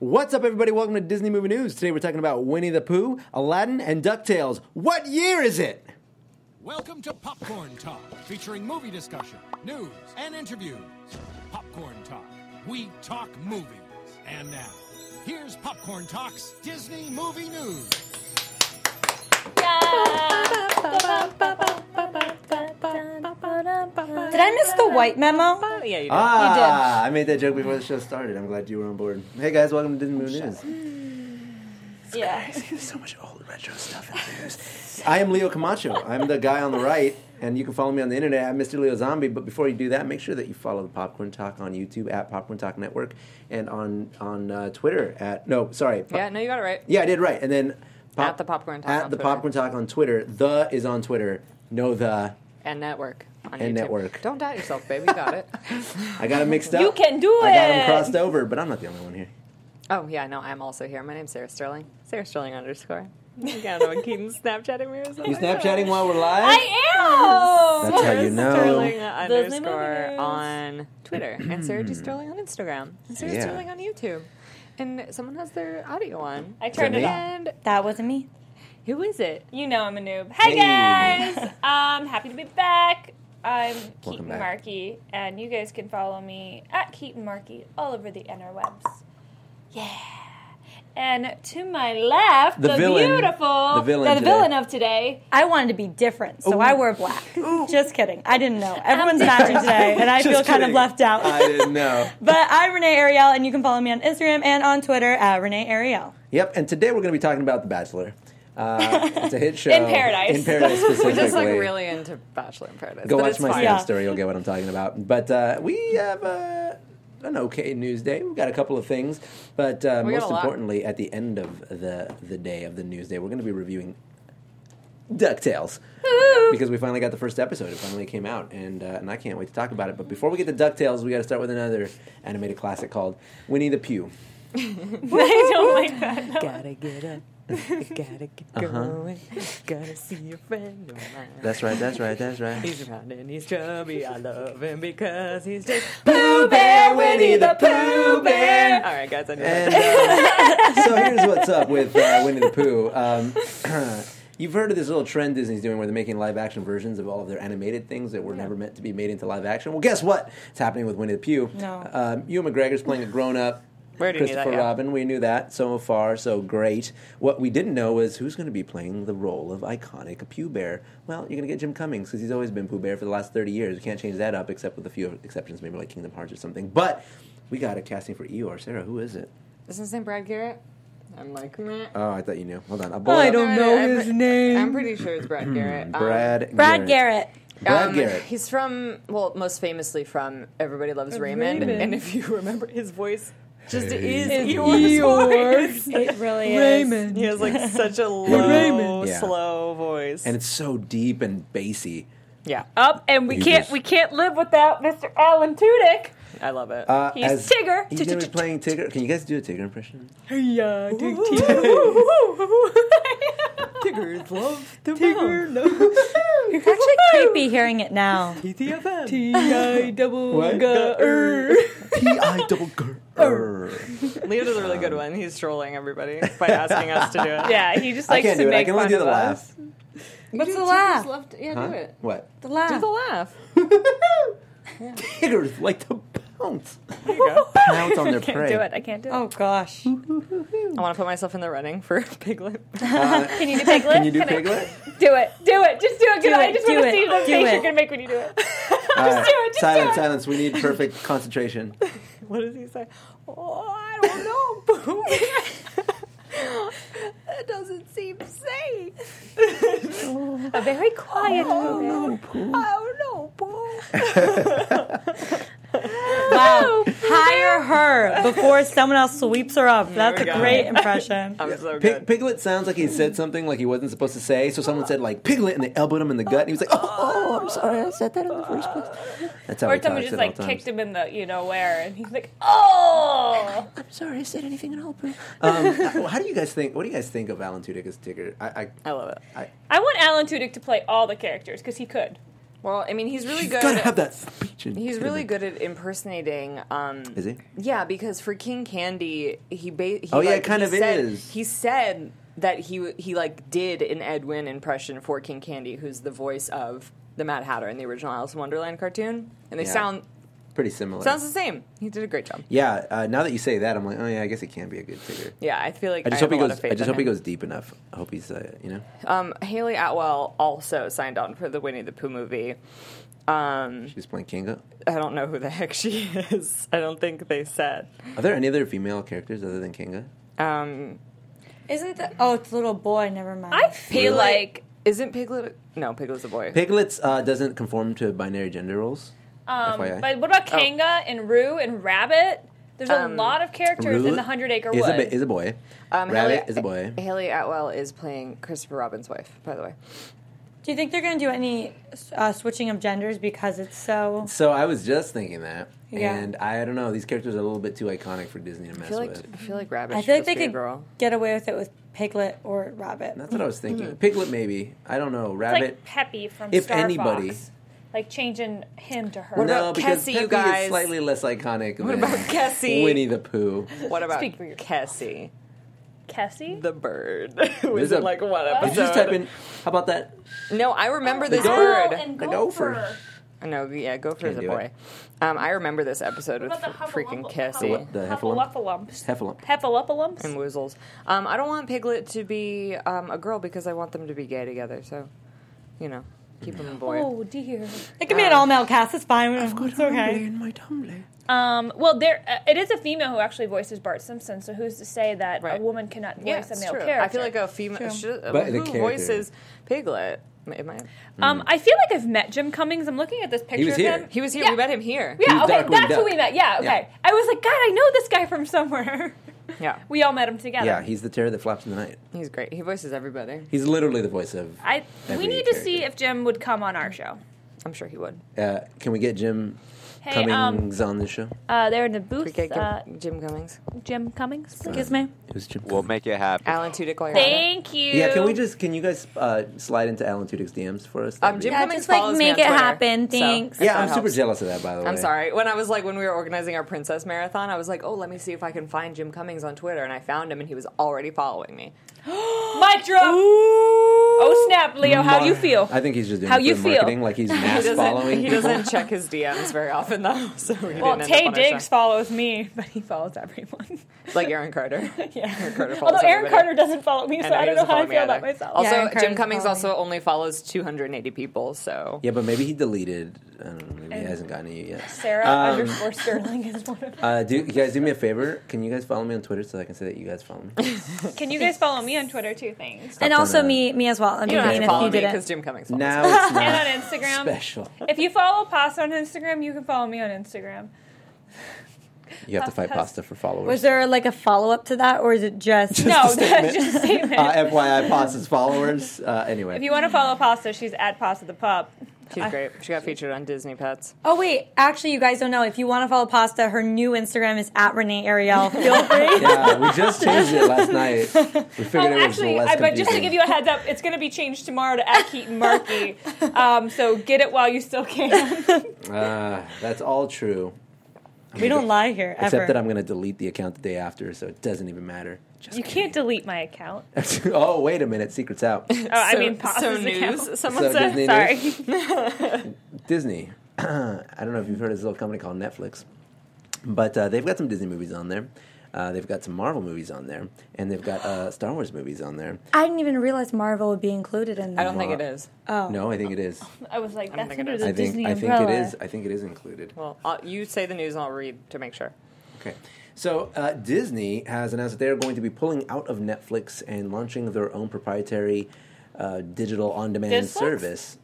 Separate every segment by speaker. Speaker 1: What's up, everybody? Welcome to Disney Movie News. Today we're talking about Winnie the Pooh, Aladdin, and DuckTales. What year is it?
Speaker 2: Welcome to Popcorn Talk, featuring movie discussion, news, and interviews. Popcorn Talk, we talk movies. And now, here's Popcorn Talk's Disney Movie News.
Speaker 3: Did I miss the white memo?
Speaker 4: Yeah, you do.
Speaker 1: Ah, I made that joke before the show started. I'm glad you were on board. Hey guys, welcome to Disney Movie News.
Speaker 3: Yeah.
Speaker 1: There's so much old retro stuff in the news. I am Leo Camacho. I'm the guy on the right, and you can follow me on the internet at Mr. Leo Zombie. But before you do that, make sure that you follow the Popcorn Talk on YouTube at Popcorn Talk Network and on on uh, Twitter at no, sorry, Pop-
Speaker 4: yeah, no, you got it right.
Speaker 1: yeah, I did right. And then pop,
Speaker 4: At the Popcorn Talk
Speaker 1: at
Speaker 4: on
Speaker 1: the
Speaker 4: Twitter.
Speaker 1: Popcorn Talk on Twitter. The is on Twitter. No, the
Speaker 4: And network. On
Speaker 1: And
Speaker 4: YouTube.
Speaker 1: network.
Speaker 4: Don't doubt yourself, baby. You got it.
Speaker 1: I got it mixed up.
Speaker 3: You can do
Speaker 1: I got them
Speaker 3: it.
Speaker 1: crossed over, but I'm not the only one here.
Speaker 4: Oh yeah, no, I'm also here. My name's Sarah Sterling. Sarah Sterling underscore. You got to know when Keaton's Snapchatting me or something.
Speaker 1: You Snapchatting while we're live?
Speaker 3: I am.
Speaker 1: That's how you
Speaker 4: Sarah
Speaker 1: know.
Speaker 4: Sterling
Speaker 3: Those
Speaker 4: underscore
Speaker 3: lemons.
Speaker 4: on Twitter and Sarah G Sterling on Instagram and Sarah
Speaker 1: Yeah.
Speaker 4: Sterling on YouTube. And someone has their audio on.
Speaker 3: I turned it
Speaker 1: Really?
Speaker 3: off.
Speaker 4: And
Speaker 3: That wasn't me.
Speaker 4: who is it?
Speaker 3: You know I'm a noob. Hey
Speaker 1: Hey.
Speaker 3: guys, um, happy to be back. I'm Keaton
Speaker 1: back.
Speaker 3: Markey, and you guys can follow me at Keaton Markey all over the interwebs. Yeah. And to my left,
Speaker 1: The
Speaker 3: the,
Speaker 1: villain-
Speaker 3: beautiful,
Speaker 1: the villain
Speaker 3: the
Speaker 1: today.
Speaker 3: villain of today.
Speaker 5: I wanted to be different, so I wore black. Just kidding. I didn't know. Everyone's
Speaker 3: I'm
Speaker 5: matching today, and I
Speaker 1: Just
Speaker 5: feel kind of
Speaker 1: kidding.
Speaker 5: left out.
Speaker 1: I didn't know.
Speaker 5: but I'm Renee Ariel, and you can follow me on Instagram and on Twitter at Renee Ariel.
Speaker 1: Yep, and today we're going to be talking about The Bachelor. Uh, it's a hit show
Speaker 3: In Paradise.
Speaker 1: In Paradise specifically.
Speaker 4: We're just like really into Bachelor in Paradise.
Speaker 1: Go
Speaker 4: but
Speaker 1: watch
Speaker 4: it's
Speaker 1: my
Speaker 4: fine.
Speaker 1: Snap
Speaker 5: Yeah.
Speaker 1: story. You'll get what I'm talking about. But uh, we have uh, an okay news day. We've got a couple of things, but uh,
Speaker 4: We got
Speaker 1: most
Speaker 4: a lot.
Speaker 1: importantly, at the end of the the day of the news day, we're going to be reviewing Ducktales because we finally got the first episode. It finally came out, and uh, and I can't wait to talk about it. But before we get to Ducktales, we got to start with another animated classic called Winnie the Pooh.
Speaker 3: I don't like that.
Speaker 4: Gotta get up. Gotta get
Speaker 1: Uh-huh.
Speaker 4: going. Gotta see a friend of mine.
Speaker 1: That's right. That's right. That's right.
Speaker 4: He's round and he's chubby. I love him because he's just.
Speaker 1: Pooh Bear, Winnie the Pooh Bear.
Speaker 4: All right, guys, I knew that.
Speaker 1: And uh, so here's what's up with uh, Winnie the Pooh. Um, you've heard of this little trend Disney's doing where they're making live action versions of all of their animated things that were never meant to be made into live action. Well, guess what? It's happening with Winnie the Pooh.
Speaker 5: No.
Speaker 1: Um, Ewan McGregor's playing a grown up.
Speaker 4: We already knew that,
Speaker 1: Christopher
Speaker 4: yeah.
Speaker 1: Robin, we knew that so far, so great. What we didn't know was who's going to be playing the role of iconic Pooh Bear. Well, you're going to get Jim Cummings because he's always been Pooh Bear for the last 30 years. You can't change that up except with a few exceptions, maybe like Kingdom Hearts or something. But we got a casting for Eeyore. Sarah, who is it?
Speaker 4: Isn't his name Brad Garrett? I'm like, meh.
Speaker 1: Oh, I thought you knew. Hold on. I'll pull it
Speaker 5: I
Speaker 1: up.
Speaker 5: don't know
Speaker 4: I'm
Speaker 5: his
Speaker 4: pre-
Speaker 5: name.
Speaker 4: I'm pretty sure it's Brad Garrett. Um,
Speaker 1: Hmm, Brad.
Speaker 5: Brad Garrett.
Speaker 1: Brad
Speaker 4: um,
Speaker 1: Garrett.
Speaker 4: He's from, well, most famously from Everybody Loves Raymond.
Speaker 5: Raymond.
Speaker 4: And if you remember, his voice just
Speaker 1: Hey.
Speaker 4: is
Speaker 1: Is
Speaker 4: Eeyore's
Speaker 5: Eeyore.
Speaker 4: voice.
Speaker 5: It really is.
Speaker 4: He has like such a low,
Speaker 5: Raymond.
Speaker 1: Yeah.
Speaker 4: slow voice.
Speaker 1: And it's so deep and bassy.
Speaker 4: yeah,
Speaker 3: Up, and we
Speaker 1: You
Speaker 3: can't
Speaker 1: just-
Speaker 3: we can't live without Mr. Alan Tudyk.
Speaker 4: I love it.
Speaker 1: Uh,
Speaker 3: He's Tigger.
Speaker 1: He's going to be playing Tigger. Can you guys do a Tigger impression?
Speaker 5: Yeah,
Speaker 4: Tigger's love the Tigger love
Speaker 5: It's actually creepy hearing it now.
Speaker 4: TTFN.
Speaker 1: What? P.I. double grr.
Speaker 4: Leo does a really good one. He's trolling everybody by asking us to do it.
Speaker 3: Yeah, he just
Speaker 1: I
Speaker 3: likes
Speaker 1: can't
Speaker 3: to
Speaker 1: do it.
Speaker 3: make
Speaker 1: I can only
Speaker 3: fun
Speaker 1: do the
Speaker 3: of
Speaker 1: laugh.
Speaker 3: us.
Speaker 5: What's the laugh?
Speaker 4: yeah,
Speaker 1: Huh?
Speaker 4: do it.
Speaker 1: What?
Speaker 5: The laugh.
Speaker 4: Do the laugh.
Speaker 1: Tiggers like to bounce.
Speaker 4: There you go.
Speaker 1: Pounce on their
Speaker 3: I
Speaker 1: prey.
Speaker 3: can't do it. I can't do it.
Speaker 5: oh gosh.
Speaker 4: I want to put myself in the running for Piglet.
Speaker 3: Can you do piglet?
Speaker 1: Can you do
Speaker 3: Can I-
Speaker 1: Piglet?
Speaker 3: Do it. Do it. Just do it. 'cause
Speaker 5: Do
Speaker 3: I
Speaker 5: it,
Speaker 3: just
Speaker 5: do
Speaker 3: want to
Speaker 5: it,
Speaker 3: see the
Speaker 5: do
Speaker 3: face
Speaker 5: it.
Speaker 3: you're going to make when you do it.
Speaker 1: All right.
Speaker 3: do it, just
Speaker 1: silence,
Speaker 3: do it.
Speaker 1: silence. We need perfect concentration.
Speaker 4: What does he say? Oh, I don't know, Boo. that doesn't seem safe.
Speaker 3: A very quiet moment.
Speaker 4: I don't know, Boo.
Speaker 5: Wow. Hire her before someone else sweeps her up. That's a
Speaker 4: we go. Um,
Speaker 5: great impression.
Speaker 4: I'm so
Speaker 1: Pig,
Speaker 4: good.
Speaker 1: Piglet sounds like he said something like he wasn't supposed to say. So someone said like Piglet, and they elbowed him in the gut, and he was like, "Oh, I'm sorry, I said that in the first place." That's how
Speaker 3: Or
Speaker 1: he talks
Speaker 3: someone just
Speaker 1: at
Speaker 3: like
Speaker 1: all times.
Speaker 3: kicked him in the you know where, and he's like, oh.
Speaker 1: I'm sorry, I said anything at all. Um, how do you guys think? What do you guys think of Alan Tudyk as Tigger? I, I,
Speaker 4: I love it.
Speaker 1: I,
Speaker 3: I want Alan Tudyk to play all the characters because he could.
Speaker 4: Well, I mean, he's really good.
Speaker 1: Gotta have that speech. and-
Speaker 4: He's really good at impersonating. Um,
Speaker 1: Is he?
Speaker 4: Yeah, because for King Candy, he ba- he,
Speaker 1: Oh, yeah,
Speaker 4: like,
Speaker 1: it kind
Speaker 4: he
Speaker 1: of
Speaker 4: said,
Speaker 1: is.
Speaker 4: He said that he w- he like did an Ed Wynn impression for King Candy, who's the voice of the Mad Hatter in the original Alice in Wonderland cartoon, and they
Speaker 1: Yeah.
Speaker 4: sound
Speaker 1: Pretty similar.
Speaker 4: sounds the same. He did a great job.
Speaker 1: yeah. Uh, now that you say that, I'm like, oh yeah, I guess it can be a good figure.
Speaker 4: Yeah, I feel like
Speaker 1: I just
Speaker 4: have
Speaker 1: hope he
Speaker 4: a lot
Speaker 1: goes.
Speaker 4: of
Speaker 1: I
Speaker 4: faith
Speaker 1: just
Speaker 4: in
Speaker 1: hope he
Speaker 4: him.
Speaker 1: goes deep enough. I hope he's, uh, you know,
Speaker 4: Um, Haley Atwell also signed on for the Winnie the Pooh movie. Um,
Speaker 1: she's playing Kinga.
Speaker 4: I don't know who the heck she is. I don't think they said.
Speaker 1: Are there any other female characters other than Kinga?
Speaker 4: Um,
Speaker 3: Isn't that?
Speaker 5: Oh, it's little boy. Never mind.
Speaker 3: I feel like
Speaker 4: isn't Piglet? No, Piglet's a boy.
Speaker 1: Piglets uh, doesn't conform to binary gender roles.
Speaker 3: Um,
Speaker 1: FYI.
Speaker 3: but what about Kanga and Roo and Rabbit? There's a
Speaker 4: Um,
Speaker 3: lot of characters
Speaker 1: Roo
Speaker 3: in the Hundred Acre
Speaker 1: is
Speaker 3: Wood.
Speaker 1: a, ba- is a boy. Uh,
Speaker 4: Um,
Speaker 1: Rabbit
Speaker 4: Haley,
Speaker 1: is a boy.
Speaker 4: Haley Atwell is playing Christopher Robin's wife, by the way.
Speaker 5: Do you think they're going to do any uh, switching of genders because it's so?
Speaker 1: So I was just thinking that,
Speaker 5: Yeah.
Speaker 1: and I don't know. These characters are a little bit too iconic for Disney to mess
Speaker 4: I feel like
Speaker 1: with.
Speaker 4: I feel like Rabbit.
Speaker 5: I
Speaker 4: should
Speaker 5: feel like
Speaker 4: just
Speaker 5: they
Speaker 4: be a
Speaker 5: could
Speaker 4: girl.
Speaker 5: get away with it with Piglet or Rabbit.
Speaker 1: That's what I was thinking. Piglet, maybe. I don't know.
Speaker 3: Mm. It's
Speaker 1: Rabbit.
Speaker 3: like Peppy from
Speaker 1: if
Speaker 3: Star
Speaker 1: anybody-
Speaker 3: Fox. Like changing him to her.
Speaker 4: What
Speaker 1: no,
Speaker 4: about
Speaker 1: because
Speaker 4: Kessie, you
Speaker 1: Peppy
Speaker 4: guys?
Speaker 1: is slightly less iconic. What
Speaker 4: about Kessie?
Speaker 1: Winnie the Pooh.
Speaker 4: What about
Speaker 3: Speak for yourself.
Speaker 4: Cassie,
Speaker 3: Kessie?
Speaker 4: the bird? Who
Speaker 1: There's
Speaker 4: is
Speaker 1: a-
Speaker 4: in like one
Speaker 1: Did you
Speaker 4: episode?
Speaker 1: just type in? How about that?
Speaker 4: No, I remember this
Speaker 1: gopher.
Speaker 3: Oh,
Speaker 4: bird.
Speaker 1: The gopher.
Speaker 4: No, yeah, Gopher is a
Speaker 1: Can't do
Speaker 4: boy.
Speaker 1: it.
Speaker 4: Um, I remember this episode with
Speaker 3: What about the
Speaker 4: fr- freaking
Speaker 3: Huffalump-
Speaker 4: Cassie
Speaker 1: The Heffalump?
Speaker 3: Heffalumps.
Speaker 1: Heffalump.
Speaker 3: Heffalumps.
Speaker 4: and Woozles. Um, I don't want Piglet to be um, a girl because I want them to be gay together. So, you know, keep them a boy.
Speaker 3: Oh dear.
Speaker 5: It could be an
Speaker 1: Uh,
Speaker 5: all male cast. It's fine. It's okay.
Speaker 1: in my tumbler.
Speaker 3: Um, well, there uh, it is a female who actually voices Bart Simpson. So who's to say that a
Speaker 4: Right.
Speaker 3: woman cannot voice
Speaker 4: Yeah,
Speaker 3: a
Speaker 4: it's
Speaker 3: male
Speaker 4: true.
Speaker 3: character?
Speaker 4: I feel like a female.
Speaker 5: True.
Speaker 4: Should, uh,
Speaker 1: But the
Speaker 4: who
Speaker 1: character-
Speaker 4: voices Piglet? Am I?
Speaker 3: um, I feel like I've met Jim Cummings. I'm looking at this picture
Speaker 1: Hmm. was
Speaker 3: of
Speaker 1: here.
Speaker 3: him.
Speaker 4: He was here.
Speaker 3: Yeah.
Speaker 4: We met him here.
Speaker 3: Yeah,
Speaker 1: was
Speaker 3: okay,
Speaker 1: Darkwing
Speaker 3: that's who
Speaker 1: Duck.
Speaker 3: we met. Yeah, okay.
Speaker 1: Yeah.
Speaker 3: I was like, God, I know this guy from somewhere.
Speaker 4: Yeah.
Speaker 3: we all met him together.
Speaker 1: Yeah, he's the terror that flaps in the night.
Speaker 4: He's great. He voices everybody.
Speaker 1: He's literally the voice of.
Speaker 3: I we
Speaker 1: every
Speaker 3: need to see if Jim would come on our show.
Speaker 4: I'm sure he would.
Speaker 1: Uh, can we get Jim
Speaker 3: Hey, um,
Speaker 1: Cummings on the show?
Speaker 3: uh, they're in the
Speaker 4: We
Speaker 3: booth.
Speaker 4: could get
Speaker 3: Uh,
Speaker 4: Jim Cummings,
Speaker 3: Jim Cummings.
Speaker 5: Excuse me.
Speaker 1: It was Jim.
Speaker 6: We'll
Speaker 1: Cummings.
Speaker 6: make it happen.
Speaker 4: Alan Tudyk. All
Speaker 3: Thank you.
Speaker 1: Yeah, can we just? Can you guys uh, slide into Alan Tudyk's DMs for us? That'd
Speaker 4: Um,
Speaker 1: be-
Speaker 4: Jim
Speaker 5: Yeah,
Speaker 4: Cummings
Speaker 5: just, like,
Speaker 4: follows me
Speaker 5: make
Speaker 4: on
Speaker 5: it
Speaker 4: Twitter,
Speaker 5: happen.
Speaker 4: so
Speaker 5: Thanks.
Speaker 4: that
Speaker 1: Yeah, I'm
Speaker 4: helps.
Speaker 1: super jealous of that. By the way,
Speaker 4: I'm sorry. When I was like, when we were organizing our princess marathon, I was like, oh, let me see if I can find Jim Cummings on Twitter, and I found him, and he was already following me.
Speaker 3: mic drop? Oh snap, Leo! How do you feel?
Speaker 1: I think he's just doing
Speaker 3: How
Speaker 1: it for
Speaker 3: you
Speaker 1: the
Speaker 3: feel?
Speaker 1: marketing. Like he's
Speaker 4: He
Speaker 1: mass
Speaker 4: doesn't.
Speaker 1: following.
Speaker 4: He
Speaker 1: people.
Speaker 4: doesn't check his DMs very often though. So he
Speaker 3: well,
Speaker 4: didn't end
Speaker 3: Tay
Speaker 4: up on our
Speaker 3: Diggs
Speaker 4: show.
Speaker 3: follows me, but he follows everyone.
Speaker 4: like Aaron Carter.
Speaker 3: yeah.
Speaker 4: Aaron Carter follows
Speaker 3: Although Aaron
Speaker 4: everybody.
Speaker 3: Carter doesn't follow me, so
Speaker 4: know
Speaker 3: I
Speaker 4: he
Speaker 3: don't know
Speaker 4: doesn't
Speaker 3: how I
Speaker 4: follow me
Speaker 3: feel about
Speaker 4: either.
Speaker 3: myself.
Speaker 4: Also,
Speaker 5: Yeah, Aaron
Speaker 4: Jim
Speaker 5: Carter's
Speaker 4: Cummings
Speaker 5: following.
Speaker 4: also only follows 280 people, so
Speaker 1: Yeah, but maybe he deleted. I don't know. Maybe he hasn't gotten to you yet.
Speaker 3: Sarah underscore Sterling is one of.
Speaker 1: Uh, do you guys do me a favor? Can you guys follow me on Twitter so I can say that you guys follow me?
Speaker 3: Can you guys follow me on Twitter too? Thanks.
Speaker 5: And
Speaker 1: I've
Speaker 5: also
Speaker 1: done a-
Speaker 5: me, me as well. I'd be
Speaker 4: you don't have
Speaker 5: mean
Speaker 4: to
Speaker 5: if
Speaker 4: follow
Speaker 5: you
Speaker 4: me because
Speaker 5: didn't.
Speaker 4: Jim Cummings follows.
Speaker 1: now it's not
Speaker 3: And on Instagram.
Speaker 1: special.
Speaker 3: If you follow Pasta on Instagram, you can follow me on Instagram.
Speaker 1: You have to fight pasta
Speaker 3: Pasta.
Speaker 1: for followers.
Speaker 5: Was there like a follow up to that, or is it just?
Speaker 1: Just a
Speaker 3: No,
Speaker 1: statement.
Speaker 3: that's just a statement.
Speaker 1: uh, FYI, pasta's followers. Uh, anyway,
Speaker 3: if you want to follow Pasta, she's at Pasta the Pup.
Speaker 4: She's great. She got featured on Disney Pets.
Speaker 5: Oh wait, actually, you guys don't know. If you want to follow Pasta, her new Instagram is at Renee Ariel. Feel free.
Speaker 1: yeah, we just changed it last night. We figured it was
Speaker 3: Oh, Um, actually,
Speaker 1: less
Speaker 3: I, but just to
Speaker 1: confusing.
Speaker 3: give you a heads up, it's going to be changed tomorrow to at Keaton Markey. Um, so get it while you still can.
Speaker 1: Ah, that's all true.
Speaker 5: We don't lie here ever.
Speaker 1: Except that I'm going to delete the account the day after, so it doesn't even matter. Just
Speaker 3: You can't delete my account. Oh,
Speaker 1: kidding. oh, wait a minute, secret's out.
Speaker 3: I
Speaker 4: So-
Speaker 3: mean, Pasta's
Speaker 4: so
Speaker 3: account.
Speaker 4: news. Someone
Speaker 1: So
Speaker 4: said
Speaker 1: Disney
Speaker 4: sorry.
Speaker 1: news? Disney. I don't know if you've heard of this little company called Netflix, but uh, they've got some Disney movies on there. Uh, they've got some Marvel movies on there, and they've got uh, Star Wars movies on there.
Speaker 5: I didn't even realize Marvel would be included in that.
Speaker 4: I don't think it is.
Speaker 5: Oh.
Speaker 1: No, I think it is.
Speaker 3: I was like, that's
Speaker 4: think it
Speaker 3: under
Speaker 4: is.
Speaker 3: the
Speaker 1: I think
Speaker 3: Disney
Speaker 1: I think
Speaker 3: umbrella.
Speaker 1: it is. I think it is included.
Speaker 4: Well, I'll, you say the news and I'll read to make sure.
Speaker 1: Okay. So uh, Disney has announced that they are going to be pulling out of Netflix and launching their own proprietary uh, digital on-demand
Speaker 3: Disflix?
Speaker 1: service.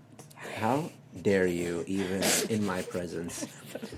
Speaker 1: How dare you, even in my presence?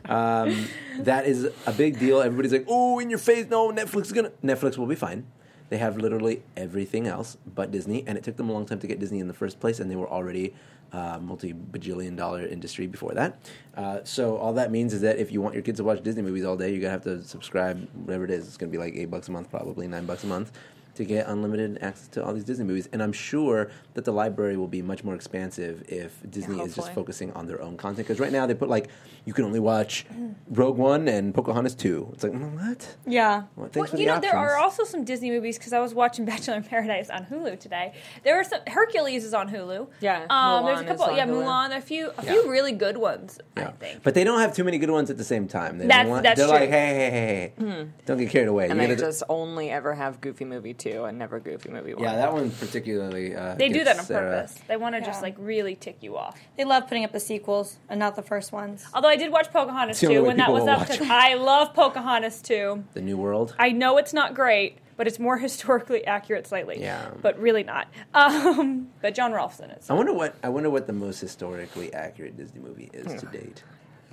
Speaker 1: Um, that is a big deal. Everybody's like, "Oh, in your face! No, Netflix is gonna. Netflix will be fine." They have literally everything else but Disney, and it took them a long time to get Disney in the first place, and they were already uh, multi bajillion dollar industry before that. Uh, so all that means is that if you want your kids to watch Disney movies all day, you're gonna have to subscribe, whatever it is. It's gonna be like eight bucks a month, probably nine bucks a month. to get unlimited access to all these Disney movies. And I'm sure that the library will be much more expansive if Disney is just
Speaker 4: hopefully.
Speaker 1: focusing on their own content. Because right now they put like, you can only watch Rogue One and Pocahontas 2. It's like, mm, what?
Speaker 5: Yeah.
Speaker 1: Well, thanks
Speaker 3: Well,
Speaker 1: for
Speaker 3: you
Speaker 1: the
Speaker 3: know, there are
Speaker 1: options.
Speaker 3: also some Disney movies because I was watching Bachelor in Paradise on Hulu today. There were some Hercules is on Hulu.
Speaker 4: Yeah,
Speaker 3: um, there's
Speaker 4: Mulan
Speaker 3: a
Speaker 4: is
Speaker 3: couple.
Speaker 4: on
Speaker 3: Yeah,
Speaker 4: Hulu.
Speaker 3: Mulan. A few, a
Speaker 1: Yeah.
Speaker 3: few really good ones. I
Speaker 1: Yeah.
Speaker 3: think.
Speaker 1: But they don't have too many good ones at the same time. They
Speaker 3: That's-
Speaker 1: don't want,
Speaker 3: that's
Speaker 1: they're
Speaker 3: true. Hmm.
Speaker 1: like, hey, hey, hey, hey. Don't get carried away.
Speaker 4: And
Speaker 1: You
Speaker 4: they
Speaker 1: gotta-
Speaker 4: just only ever have Goofy Movie 2 and never Goofy Movie 1.
Speaker 1: yeah, that one particularly. Uh,
Speaker 3: they do
Speaker 1: gets
Speaker 3: that on
Speaker 1: Sarah.
Speaker 3: purpose. They want to just
Speaker 5: Yeah.
Speaker 3: like really tick you off.
Speaker 5: They love putting up the sequels and not the first ones.
Speaker 3: Although I did watch Pocahontas
Speaker 1: It's the only
Speaker 3: too
Speaker 1: way
Speaker 3: when that
Speaker 1: people
Speaker 3: was
Speaker 1: will
Speaker 3: up
Speaker 1: watch
Speaker 3: because
Speaker 1: it.
Speaker 3: I love Pocahontas too.
Speaker 1: The New World.
Speaker 3: I know it's not great, but it's more historically accurate slightly.
Speaker 1: Yeah.
Speaker 3: But really not. Um, but John Rolfe's in it.
Speaker 1: I
Speaker 3: so-
Speaker 1: wonder what I wonder what the most historically accurate Disney movie is
Speaker 3: Hmm.
Speaker 1: to date.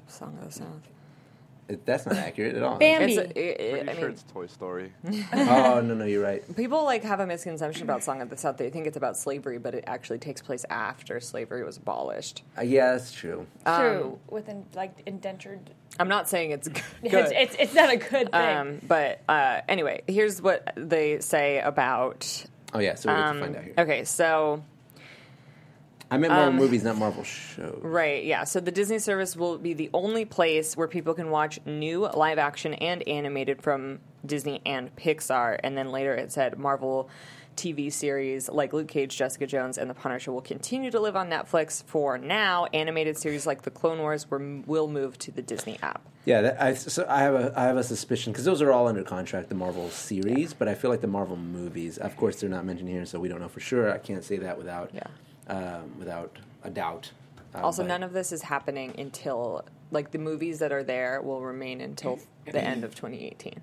Speaker 4: Song of the South.
Speaker 1: It, that's not accurate at all.
Speaker 5: Bambi.
Speaker 4: It's, a- it- it-
Speaker 6: Pretty
Speaker 4: I
Speaker 6: sure
Speaker 4: mean,
Speaker 6: it's Toy Story.
Speaker 1: Oh no no you're right.
Speaker 4: people like have a misconception about Song of the South. They think it's about slavery, but it actually takes place after slavery was abolished. Um,
Speaker 1: Uh, yeah that's true.
Speaker 3: True. Within like indentured.
Speaker 4: I'm not saying it's good.
Speaker 3: It's, it's it's not a good thing.
Speaker 4: um, but uh, anyway, here's what they say about. um,
Speaker 1: Oh yeah, so we
Speaker 3: Um,
Speaker 1: have to find out here.
Speaker 4: Okay, so
Speaker 1: I meant
Speaker 3: Um,
Speaker 1: Marvel movies, not Marvel shows.
Speaker 4: Right, yeah. So the Disney service will be the only place where people can watch new live action and animated from Disney and Pixar. And then later it said Marvel TV series like Luke Cage, Jessica Jones, and The Punisher will continue to live on Netflix for now. Animated series like The Clone Wars were, will move to the Disney app.
Speaker 1: Yeah, that, I, so I have a I have a suspicion because those are all under contract, the Marvel series, but I feel like the Marvel movies. Of course, they're not mentioned here, so we don't know for sure. I can't say that without
Speaker 4: Yeah.
Speaker 1: um, without a doubt. Um,
Speaker 4: Also,
Speaker 1: but-
Speaker 4: none of this is happening until, like, the movies that are there will remain until the end of 2018.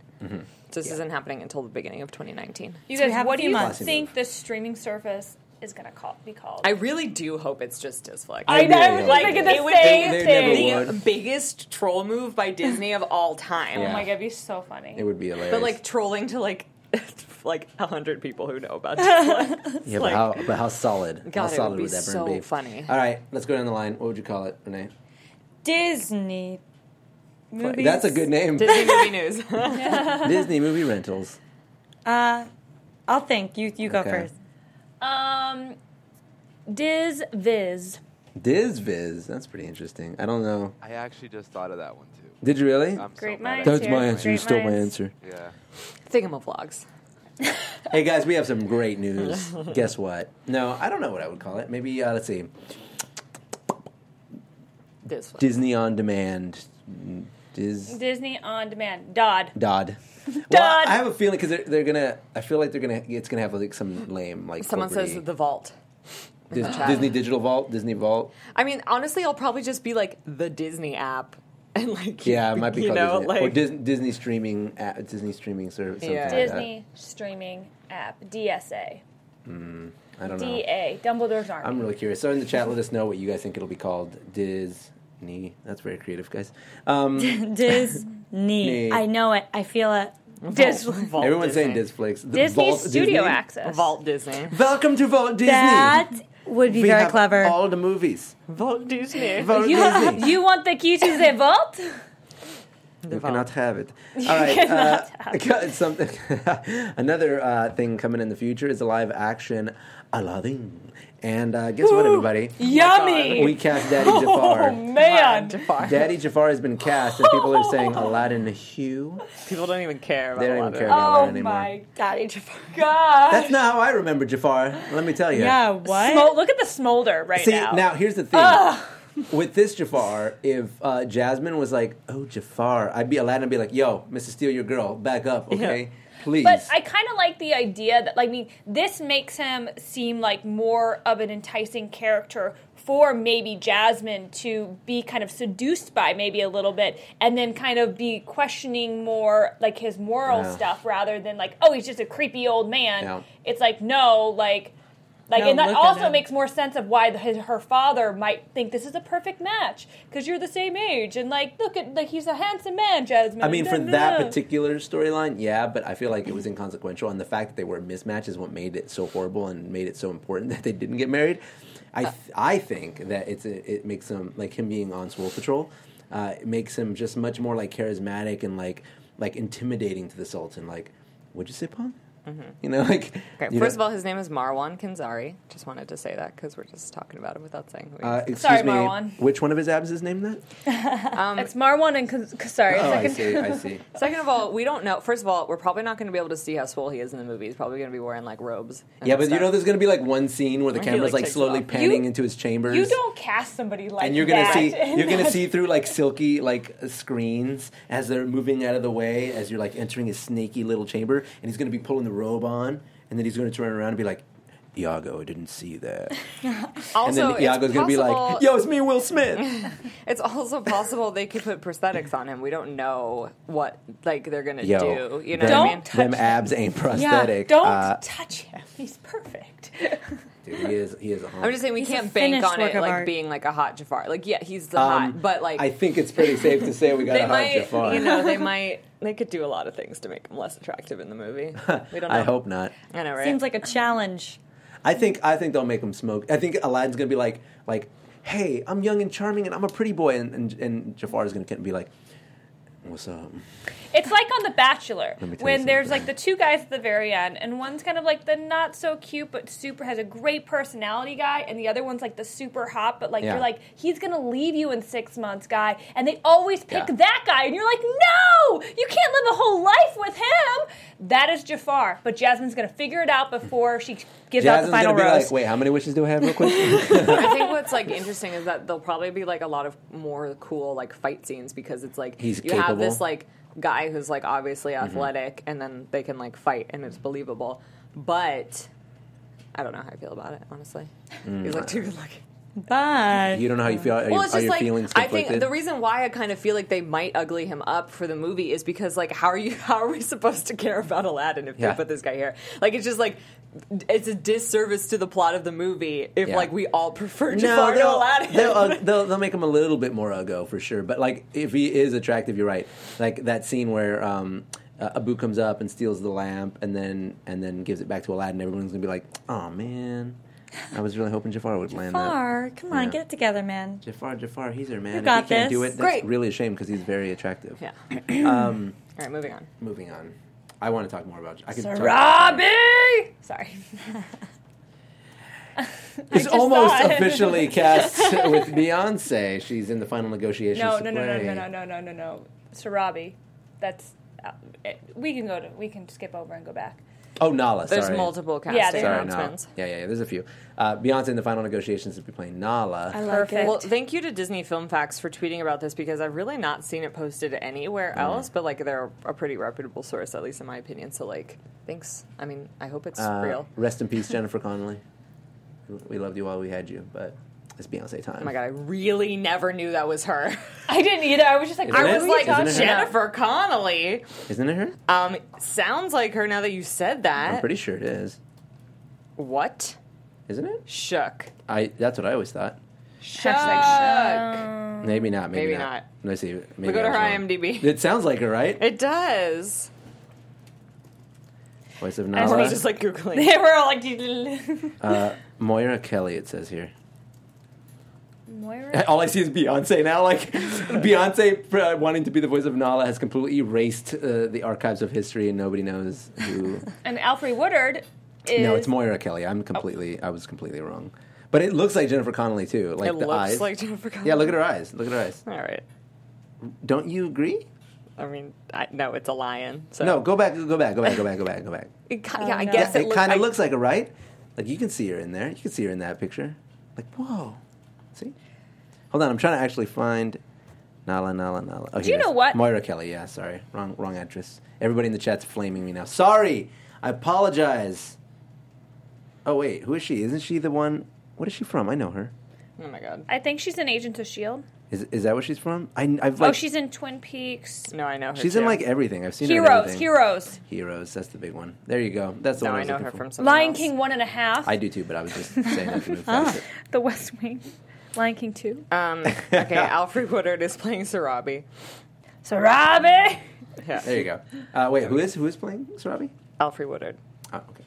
Speaker 4: So this isn't happening until the beginning of 2019.
Speaker 3: You
Speaker 5: So we
Speaker 3: guys,
Speaker 5: have a
Speaker 3: what do
Speaker 5: few
Speaker 3: you
Speaker 5: months.
Speaker 3: think the streaming service is going to call, be called?
Speaker 4: I really do hope it's just Disflex.
Speaker 3: I
Speaker 1: really
Speaker 3: know, I was
Speaker 1: hope
Speaker 3: thinking
Speaker 1: it-
Speaker 3: the
Speaker 4: it would-
Speaker 3: same
Speaker 1: they- they never
Speaker 3: thing.
Speaker 1: would.
Speaker 4: the biggest troll move by Disney of all time.
Speaker 3: Oh
Speaker 1: Yeah.
Speaker 3: my god, it'd be so funny.
Speaker 1: it would be hilarious.
Speaker 4: But like trolling to like like a hundred people who know about Disney.
Speaker 1: yeah, but,
Speaker 4: like-
Speaker 1: how, but how solid?
Speaker 4: God, it
Speaker 1: how
Speaker 4: would
Speaker 1: solid
Speaker 4: be
Speaker 1: that burn
Speaker 4: so
Speaker 1: be?
Speaker 4: funny.
Speaker 1: All right, let's go down the line. What would you call it, Renee?
Speaker 5: Disney movies.
Speaker 1: That's a good name.
Speaker 4: Disney movie news.
Speaker 1: Disney movie rentals.
Speaker 5: Uh, I'll think. You you go
Speaker 1: Okay.
Speaker 5: first.
Speaker 3: um, Diz Viz.
Speaker 1: Dizviz. That's pretty interesting. I don't know.
Speaker 6: I actually just thought of that one too.
Speaker 1: Did you really?
Speaker 4: Um,
Speaker 6: I'm
Speaker 3: Great
Speaker 6: so mad
Speaker 3: minds
Speaker 6: at
Speaker 1: That's
Speaker 6: you.
Speaker 3: here.
Speaker 1: my answer. You
Speaker 3: Great
Speaker 1: stole my
Speaker 3: minds.
Speaker 1: answer.
Speaker 6: Yeah.
Speaker 4: Thingamavlogs.
Speaker 1: Hey guys, we have some great news. Guess what? No, I don't know what I would call it. Maybe uh, let's see.
Speaker 4: This one.
Speaker 1: Disney on demand. Dis
Speaker 3: Disney on demand. Dodd.
Speaker 1: Dodd. Well,
Speaker 3: Dodd.
Speaker 1: I have a feeling because they're, they're gonna. I feel like they're gonna. It's gonna have like some lame like.
Speaker 4: Someone
Speaker 1: corporate-y-
Speaker 4: says the vault.
Speaker 1: Dis- Disney Digital Vault, Disney Vault.
Speaker 4: I mean, honestly, I'll probably just be like the Disney app and like
Speaker 1: Yeah, it might be
Speaker 4: you
Speaker 1: called
Speaker 4: know
Speaker 1: Disney. or
Speaker 4: like
Speaker 1: Dis- Disney streaming. App, Disney streaming service. something
Speaker 4: Yeah.
Speaker 1: like that.
Speaker 3: Disney streaming app. DSA.
Speaker 1: I don't know.
Speaker 3: DA. Dumbledore's Army.
Speaker 1: I'm really curious. So in the chat, let us know what you guys think it'll be called. Disney. That's very creative, guys. Um,
Speaker 5: Disney.
Speaker 1: Knee.
Speaker 5: I know it. I feel it.
Speaker 4: Dis- Vault
Speaker 1: everyone's
Speaker 4: Disney.
Speaker 1: saying Disflix. The
Speaker 3: Disney
Speaker 1: Vault
Speaker 3: Studio
Speaker 1: Disney?
Speaker 3: Access.
Speaker 4: Vault Disney.
Speaker 1: Welcome to Vault Disney.
Speaker 5: That would be
Speaker 1: we
Speaker 5: very
Speaker 1: have
Speaker 5: clever.
Speaker 1: All the movies.
Speaker 4: Vault Disney.
Speaker 1: Vault
Speaker 3: You,
Speaker 1: Disney.
Speaker 3: you want the key to the vault?
Speaker 1: You cannot have it. All right. uh, got something. another uh, thing coming in the future is a live action Aladdin. And uh, guess what, everybody?
Speaker 3: Yummy.
Speaker 1: We cast Daddy
Speaker 5: Oh,
Speaker 1: Jafar.
Speaker 3: Man.
Speaker 1: Daddy Jafar has been cast, and people are saying Aladdin Hugh.
Speaker 4: People don't even care about
Speaker 1: They don't
Speaker 4: a
Speaker 1: even
Speaker 4: lot
Speaker 1: care
Speaker 4: of
Speaker 1: about
Speaker 3: Oh
Speaker 1: Aladdin anymore.
Speaker 3: my
Speaker 5: Daddy Jafar.
Speaker 3: god.
Speaker 1: That's not how I remember Jafar. Let me tell you.
Speaker 5: Yeah. What?
Speaker 3: Smol- look at the smolder right
Speaker 1: See,
Speaker 3: now.
Speaker 1: now. here's the thing. With this Jafar, if uh, Jasmine was like, "Oh Jafar," I'd be Aladdin. I'd be like, "Yo, Mrs. Steal Your Girl, back up, okay, please."
Speaker 3: But I kind of like the idea that, like, I mean, this makes him seem like more of an enticing character for maybe Jasmine to be kind of seduced by, maybe a little bit, and then kind of be questioning more like his moral
Speaker 1: Yeah.
Speaker 3: stuff rather than like, oh, he's just a creepy old man.
Speaker 1: Yeah.
Speaker 3: It's like no, like. Like,
Speaker 4: No,
Speaker 3: and that
Speaker 4: look at
Speaker 3: also
Speaker 4: him.
Speaker 3: makes more sense of why the, his, her father might think this is a perfect match because you're the same age and like look at like he's a handsome man, Jasmine.
Speaker 1: I mean, for
Speaker 3: Da-da-da.
Speaker 1: that particular storyline, yeah, but I feel like it was inconsequential, and the fact that they were a mismatch is what made it so horrible and made it so important that they didn't get married. I
Speaker 3: Uh,
Speaker 1: th- I think that it's a, it makes him like him being on Swole Patrol, uh, it makes him just much more like charismatic and like like intimidating to the Sultan. Like, would you sip on?
Speaker 3: Mm-hmm.
Speaker 1: You know, like
Speaker 4: Okay,
Speaker 1: you
Speaker 4: first of
Speaker 1: know-
Speaker 4: all, his name is Marwan Kanzari. Just wanted to say that because we're just talking about him without saying who he
Speaker 1: uh,
Speaker 4: is.
Speaker 1: excuse
Speaker 3: Sorry,
Speaker 1: me,
Speaker 3: Marwan.
Speaker 1: which one of his abs is named that?
Speaker 3: Um, It's Marwan and Kaz- Kasari.
Speaker 1: Oh, I
Speaker 3: Second-
Speaker 1: see. I see.
Speaker 4: Second of all, we don't know. First of all, we're probably not going to be able to see how swole he is in the movie. He's probably going to be wearing like robes. and
Speaker 1: Yeah, but you
Speaker 4: stuff.
Speaker 1: know, there's gonna be like one scene where the
Speaker 4: He,
Speaker 1: camera's
Speaker 4: like,
Speaker 1: like
Speaker 4: takes it
Speaker 1: slowly
Speaker 4: off.
Speaker 1: panning
Speaker 3: You-
Speaker 1: into his chambers.
Speaker 3: You don't cast somebody like
Speaker 1: and you're gonna
Speaker 3: that.
Speaker 1: see
Speaker 3: in
Speaker 1: you're gonna
Speaker 3: that-
Speaker 1: see through like silky like uh, screens as they're moving out of the way as you're like entering his snaky little chamber and he's gonna be pulling the robe on and then he's gonna turn around and be like Iago I didn't see that and
Speaker 4: also,
Speaker 1: then Iago's
Speaker 4: it's
Speaker 1: gonna be like
Speaker 4: possible-
Speaker 1: Yo it's me Will Smith
Speaker 4: It's also possible they could put prosthetics on him. We don't know what like they're going to
Speaker 1: Yo
Speaker 4: do. You know
Speaker 1: them,
Speaker 4: what I mean?
Speaker 3: Don't
Speaker 1: them
Speaker 3: touch-
Speaker 1: abs ain't
Speaker 3: Yeah,
Speaker 1: prosthetic
Speaker 3: don't
Speaker 1: Uh,
Speaker 3: touch him. He's perfect.
Speaker 1: dude, he is he is a
Speaker 4: I'm
Speaker 1: hunk.
Speaker 4: just saying we
Speaker 5: He's a
Speaker 4: can't bank
Speaker 5: finished
Speaker 4: on
Speaker 5: work
Speaker 4: it
Speaker 5: of
Speaker 4: like
Speaker 5: art.
Speaker 4: being like a hot Jafar. Like yeah, he's the
Speaker 1: Um,
Speaker 4: hot, but like
Speaker 1: I think it's pretty safe to say we got
Speaker 4: they
Speaker 1: a hot
Speaker 4: might,
Speaker 1: Jafar
Speaker 4: you know, they might they could do a lot of things to make him less attractive in the movie. We don't know.
Speaker 1: I hope not
Speaker 4: I know, right?
Speaker 5: Seems like a challenge.
Speaker 1: I think I think they'll make him smoke. I think Aladdin's gonna be like like, hey, I'm young and charming and I'm a pretty boy, and and, and Jafar's gonna be like, what's up?
Speaker 3: It's like on The Bachelor
Speaker 1: me tell you
Speaker 3: when there's like
Speaker 1: something.
Speaker 3: the two guys at the very end, and one's kind of like the not so cute but super has a great personality guy, and the other one's like the super hot but like
Speaker 1: Yeah.
Speaker 3: you're like he's gonna leave you in six months guy, and they always pick
Speaker 1: Yeah.
Speaker 3: that guy, and you're like no, you can't live a whole life with him. That is Jafar, but Jasmine's gonna figure it out before she gives
Speaker 1: Jasmine's
Speaker 3: out the final
Speaker 1: gonna be
Speaker 3: rose.
Speaker 1: like, wait, how many wishes do I have, real quick?
Speaker 4: I think what's like interesting is that there'll probably be like a lot of more cool like fight scenes because it's like
Speaker 1: He's
Speaker 4: you have
Speaker 1: capable.
Speaker 4: this
Speaker 1: Mm-hmm.
Speaker 4: like guy who's like obviously athletic and then they can like fight and it's believable. But I don't know how I feel about it, honestly.
Speaker 1: Mm.
Speaker 4: He's like too good looking.
Speaker 5: But
Speaker 1: you don't know how you feel. Are, you-
Speaker 4: Well, it's
Speaker 1: are
Speaker 4: just
Speaker 1: your
Speaker 4: like
Speaker 1: feelings
Speaker 4: I
Speaker 1: conflicted?
Speaker 4: think the reason why I kind of feel like they might ugly him up for the movie is because like how are you how are we supposed to care about Aladdin if
Speaker 1: Yeah.
Speaker 4: they put this guy here? Like it's just like it's a disservice to the plot of the movie if
Speaker 1: Yeah.
Speaker 4: like we all prefer
Speaker 1: no,
Speaker 4: Jafar to
Speaker 1: they'll,
Speaker 4: Aladdin.
Speaker 1: they'll, uh, they'll, they'll make him a little bit more uggo for sure. But like, if he is attractive, you're right. Like that scene where um, uh, Abu comes up and steals the lamp, and then and then gives it back to Aladdin. Everyone's gonna be like, oh man, I was really hoping Jafar would land that.
Speaker 5: Far, come on,
Speaker 1: Yeah.
Speaker 5: get it together, man.
Speaker 1: Jafar, Jafar, he's her man. if
Speaker 5: got
Speaker 1: he can't do
Speaker 5: this.
Speaker 1: it, that's
Speaker 4: Great.
Speaker 1: really a shame because he's very attractive.
Speaker 4: Yeah. um, All right, moving on.
Speaker 1: Moving on. I want to talk more about. I could talk-
Speaker 3: Robbie, sorry.
Speaker 1: It's
Speaker 3: just
Speaker 1: almost
Speaker 3: saw it.
Speaker 1: officially cast with Beyonce. She's in the final negotiations.
Speaker 3: No,
Speaker 1: to
Speaker 3: no, no, no,
Speaker 1: play.
Speaker 3: no, no, no, no, no, no. Sarabi. That's. Uh, it, we can go to. We can skip over and go back.
Speaker 1: Oh, Nala.
Speaker 4: There's
Speaker 1: sorry.
Speaker 4: multiple casting
Speaker 3: Yeah, there's-
Speaker 1: Sorry, Nala.
Speaker 4: announcements.
Speaker 1: Yeah, yeah, yeah. There's a few. Uh, Beyonce in the final negotiations to be playing Nala.
Speaker 5: I like
Speaker 3: Perfect.
Speaker 5: it.
Speaker 4: Well, thank you to Disney Film Facts for tweeting about this because I've really not seen it posted anywhere
Speaker 1: Mm.
Speaker 4: else, but like they're a pretty reputable source, at least in my opinion. So like, thanks. I mean, I hope it's
Speaker 1: Uh,
Speaker 4: real.
Speaker 1: Rest in peace, Jennifer Connelly. We loved you while we had you, but it's Beyonce time.
Speaker 4: Oh my god, I really never knew that was her.
Speaker 3: I didn't either. I was just like,
Speaker 1: Isn't
Speaker 3: I
Speaker 1: it?
Speaker 3: was like,
Speaker 1: Isn't
Speaker 3: oh,
Speaker 1: it her?
Speaker 4: Jennifer Connolly.
Speaker 1: Isn't it her?
Speaker 4: Um, sounds like her now that you said that.
Speaker 1: I'm pretty sure it is.
Speaker 4: what?
Speaker 1: Isn't it?
Speaker 4: Shook.
Speaker 1: I. That's what I always thought.
Speaker 4: Shook.
Speaker 1: Maybe not. Maybe,
Speaker 4: Maybe
Speaker 1: not.
Speaker 4: not.
Speaker 1: Let's see. Maybe
Speaker 4: Look at
Speaker 1: I was
Speaker 4: her
Speaker 1: wrong.
Speaker 4: IMDb.
Speaker 1: It sounds like her, right?
Speaker 4: It does.
Speaker 1: Voice of
Speaker 4: I
Speaker 1: Nala.
Speaker 4: was just like googling.
Speaker 3: They were all like,
Speaker 1: Uh, Moira Kelly, it says here.
Speaker 3: Moira.
Speaker 1: All I see is Beyonce now. Like, Beyonce uh, wanting to be the voice of Nala has completely erased uh, the archives of history and nobody knows who.
Speaker 3: And Alfred Woodard is.
Speaker 1: no, it's Moira Kelly. I'm completely, I was completely wrong. But it looks like Jennifer Connelly, too. Like
Speaker 4: it
Speaker 1: the
Speaker 4: looks
Speaker 1: eyes.
Speaker 4: like Jennifer Connolly.
Speaker 1: yeah, look at her eyes. Look at her eyes.
Speaker 4: All right.
Speaker 1: Don't you agree?
Speaker 4: I mean, I, no, it's a lion. So
Speaker 1: No, go back, go back, go back, go back, go back, go back.
Speaker 4: It ki-
Speaker 3: Oh,
Speaker 4: yeah, I
Speaker 5: no.
Speaker 4: guess
Speaker 1: Yeah,
Speaker 4: it,
Speaker 1: it
Speaker 4: look-
Speaker 1: kind
Speaker 4: I-
Speaker 1: of looks like her, right? Like you can see her in there. You can see her in that picture. Like whoa, see? Hold on, I'm trying to actually find Nala Nala Nala. Oh, Do
Speaker 3: you know what?
Speaker 1: Moira Kelly. Yeah, sorry, wrong wrong actress. Everybody in the chat's flaming me now. Sorry, I apologize. Oh wait, who is she? Isn't she the one? What is she from? I know her.
Speaker 4: Oh my god.
Speaker 3: I think she's an Agents of Shield.
Speaker 1: Is is that where she's from? I I've like
Speaker 3: oh, she's in Twin Peaks.
Speaker 4: No, I know her.
Speaker 1: she's
Speaker 4: too.
Speaker 1: in like everything. I've seen her in
Speaker 3: Heroes,
Speaker 1: everything.
Speaker 3: heroes.
Speaker 1: Heroes. That's the big one. There you go. That's the
Speaker 4: No,
Speaker 1: one. I,
Speaker 4: I
Speaker 1: was
Speaker 4: know
Speaker 1: looking
Speaker 4: her
Speaker 1: for.
Speaker 4: from something
Speaker 3: Lion
Speaker 4: else.
Speaker 3: King one and a half.
Speaker 1: I do too, but I was just saying that to move faster.
Speaker 3: the West Wing. Lion King two.
Speaker 4: Um, okay, Alfred Woodard is playing Sarabi.
Speaker 3: Sarabi.
Speaker 1: There you go. Uh, wait, who is who is playing Sarabi?
Speaker 4: Alfred Woodard.
Speaker 1: Oh, okay.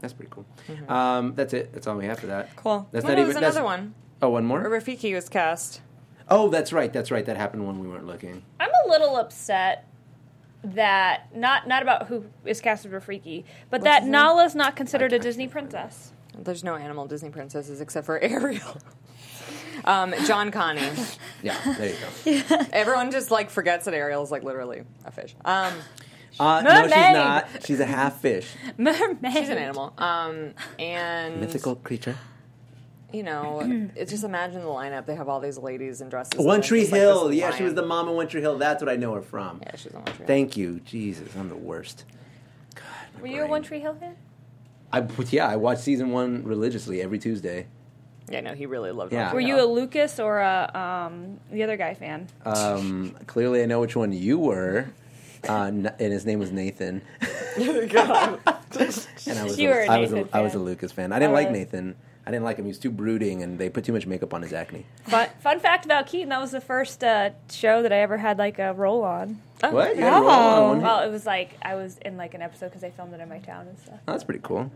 Speaker 1: That's pretty cool. Um, that's it. That's all we have for that.
Speaker 5: Cool.
Speaker 1: That's
Speaker 4: No,
Speaker 1: not
Speaker 4: no,
Speaker 1: even
Speaker 4: there's
Speaker 1: that's-
Speaker 4: another one.
Speaker 1: Oh, one more.
Speaker 4: Rafiki was cast.
Speaker 1: Oh, that's right. That's right. That happened when we weren't looking.
Speaker 3: I'm a little upset that not not about who is casted for Freaky, but that Nala is not considered a Disney princess.
Speaker 4: There's no animal Disney princesses except for Ariel. Um, John Connie.
Speaker 1: Yeah, there you
Speaker 4: Everyone just like forgets that Ariel is like literally a fish. Um,
Speaker 1: go. Uh, no, she's
Speaker 3: Mermaid.
Speaker 1: not. She's a half fish,
Speaker 3: Mermaid.
Speaker 4: she's an animal. Um, and
Speaker 1: mythical creature.
Speaker 4: you know, it's just imagine the lineup. They have all these ladies in dresses. and
Speaker 1: One
Speaker 4: it's
Speaker 1: Tree
Speaker 4: just, like, this
Speaker 1: Hill. yeah, she
Speaker 4: lion.
Speaker 1: was the mom in One Tree Hill. That's what I know her from.
Speaker 4: Yeah, she's the One Tree Hill.
Speaker 1: Thank you, Jesus. I'm the worst. God, my
Speaker 3: Were you a
Speaker 1: brain.
Speaker 3: One Tree Hill fan?
Speaker 1: I, yeah, I watch season one religiously every Tuesday.
Speaker 4: Yeah, no, he really loved.
Speaker 1: Yeah.
Speaker 4: One Tree
Speaker 3: Were you
Speaker 4: Hill.
Speaker 3: a Lucas or a um, the other guy fan?
Speaker 1: Um, clearly, I know which one you were, uh, n- and his name was Nathan. and I was,
Speaker 3: You
Speaker 1: a,
Speaker 3: were a
Speaker 1: I was
Speaker 3: Nathan
Speaker 1: a, I was a
Speaker 3: fan.
Speaker 1: Lucas fan. I didn't like
Speaker 3: Uh,
Speaker 1: Nathan. I didn't like him. He was too brooding, and they put too much makeup on his acne.
Speaker 3: Fun, fun fact about Keaton: that was the first uh, show that I ever had like a role on.
Speaker 1: what? You had a roll on one
Speaker 3: Oh, Well, it was like I was in like an episode because I filmed it in my town and stuff.
Speaker 1: Oh, that's pretty cool.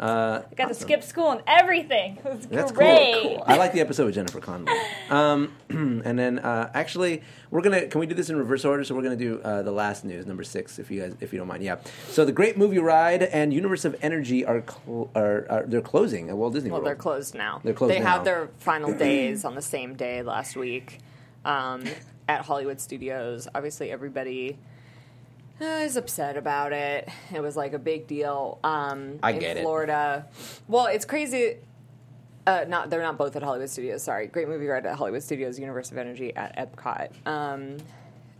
Speaker 1: Uh,
Speaker 3: I got to skip school and everything. It was
Speaker 1: That's
Speaker 3: great.
Speaker 1: cool. cool. I like the episode with Jennifer Connelly. Um, and then uh, actually, we're gonna can we do this in reverse order? So we're gonna do uh, the last news, number six, if you guys if you don't mind. Yeah. So the Great Movie Ride and Universe of Energy are cl- are, are they're closing at Walt Disney
Speaker 4: Well,
Speaker 1: World.
Speaker 4: they're closed now.
Speaker 1: They're closed
Speaker 4: They
Speaker 1: now.
Speaker 4: had their final days on the same day last week um, at Hollywood Studios. Obviously, everybody uh, is upset about it. It was like a big deal. Um,
Speaker 1: I
Speaker 4: in
Speaker 1: get it.
Speaker 4: Florida. Well, it's crazy. Uh, not they're not both at Hollywood Studios. Sorry, Great Movie Ride at Hollywood Studios, Universe of Energy at Epcot. Um,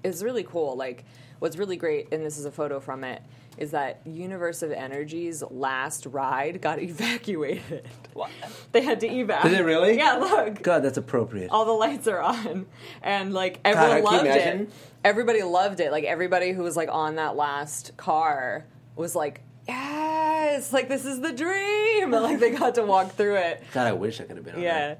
Speaker 4: is really cool. Like, what's really great, and this is a photo from it, is that Universe of Energy's last ride got evacuated. They had to evac.
Speaker 1: Did it really?
Speaker 4: Yeah, look.
Speaker 1: God, that's appropriate.
Speaker 4: All the lights are on, and like
Speaker 1: can
Speaker 4: everyone
Speaker 1: you
Speaker 4: loved
Speaker 1: imagine?
Speaker 4: it. Everybody loved it. Like everybody who was like on that last car was like, "Yes, like this is the dream!" And like they got to walk through it.
Speaker 1: God, I wish I could have been. on
Speaker 4: Yeah.
Speaker 1: that.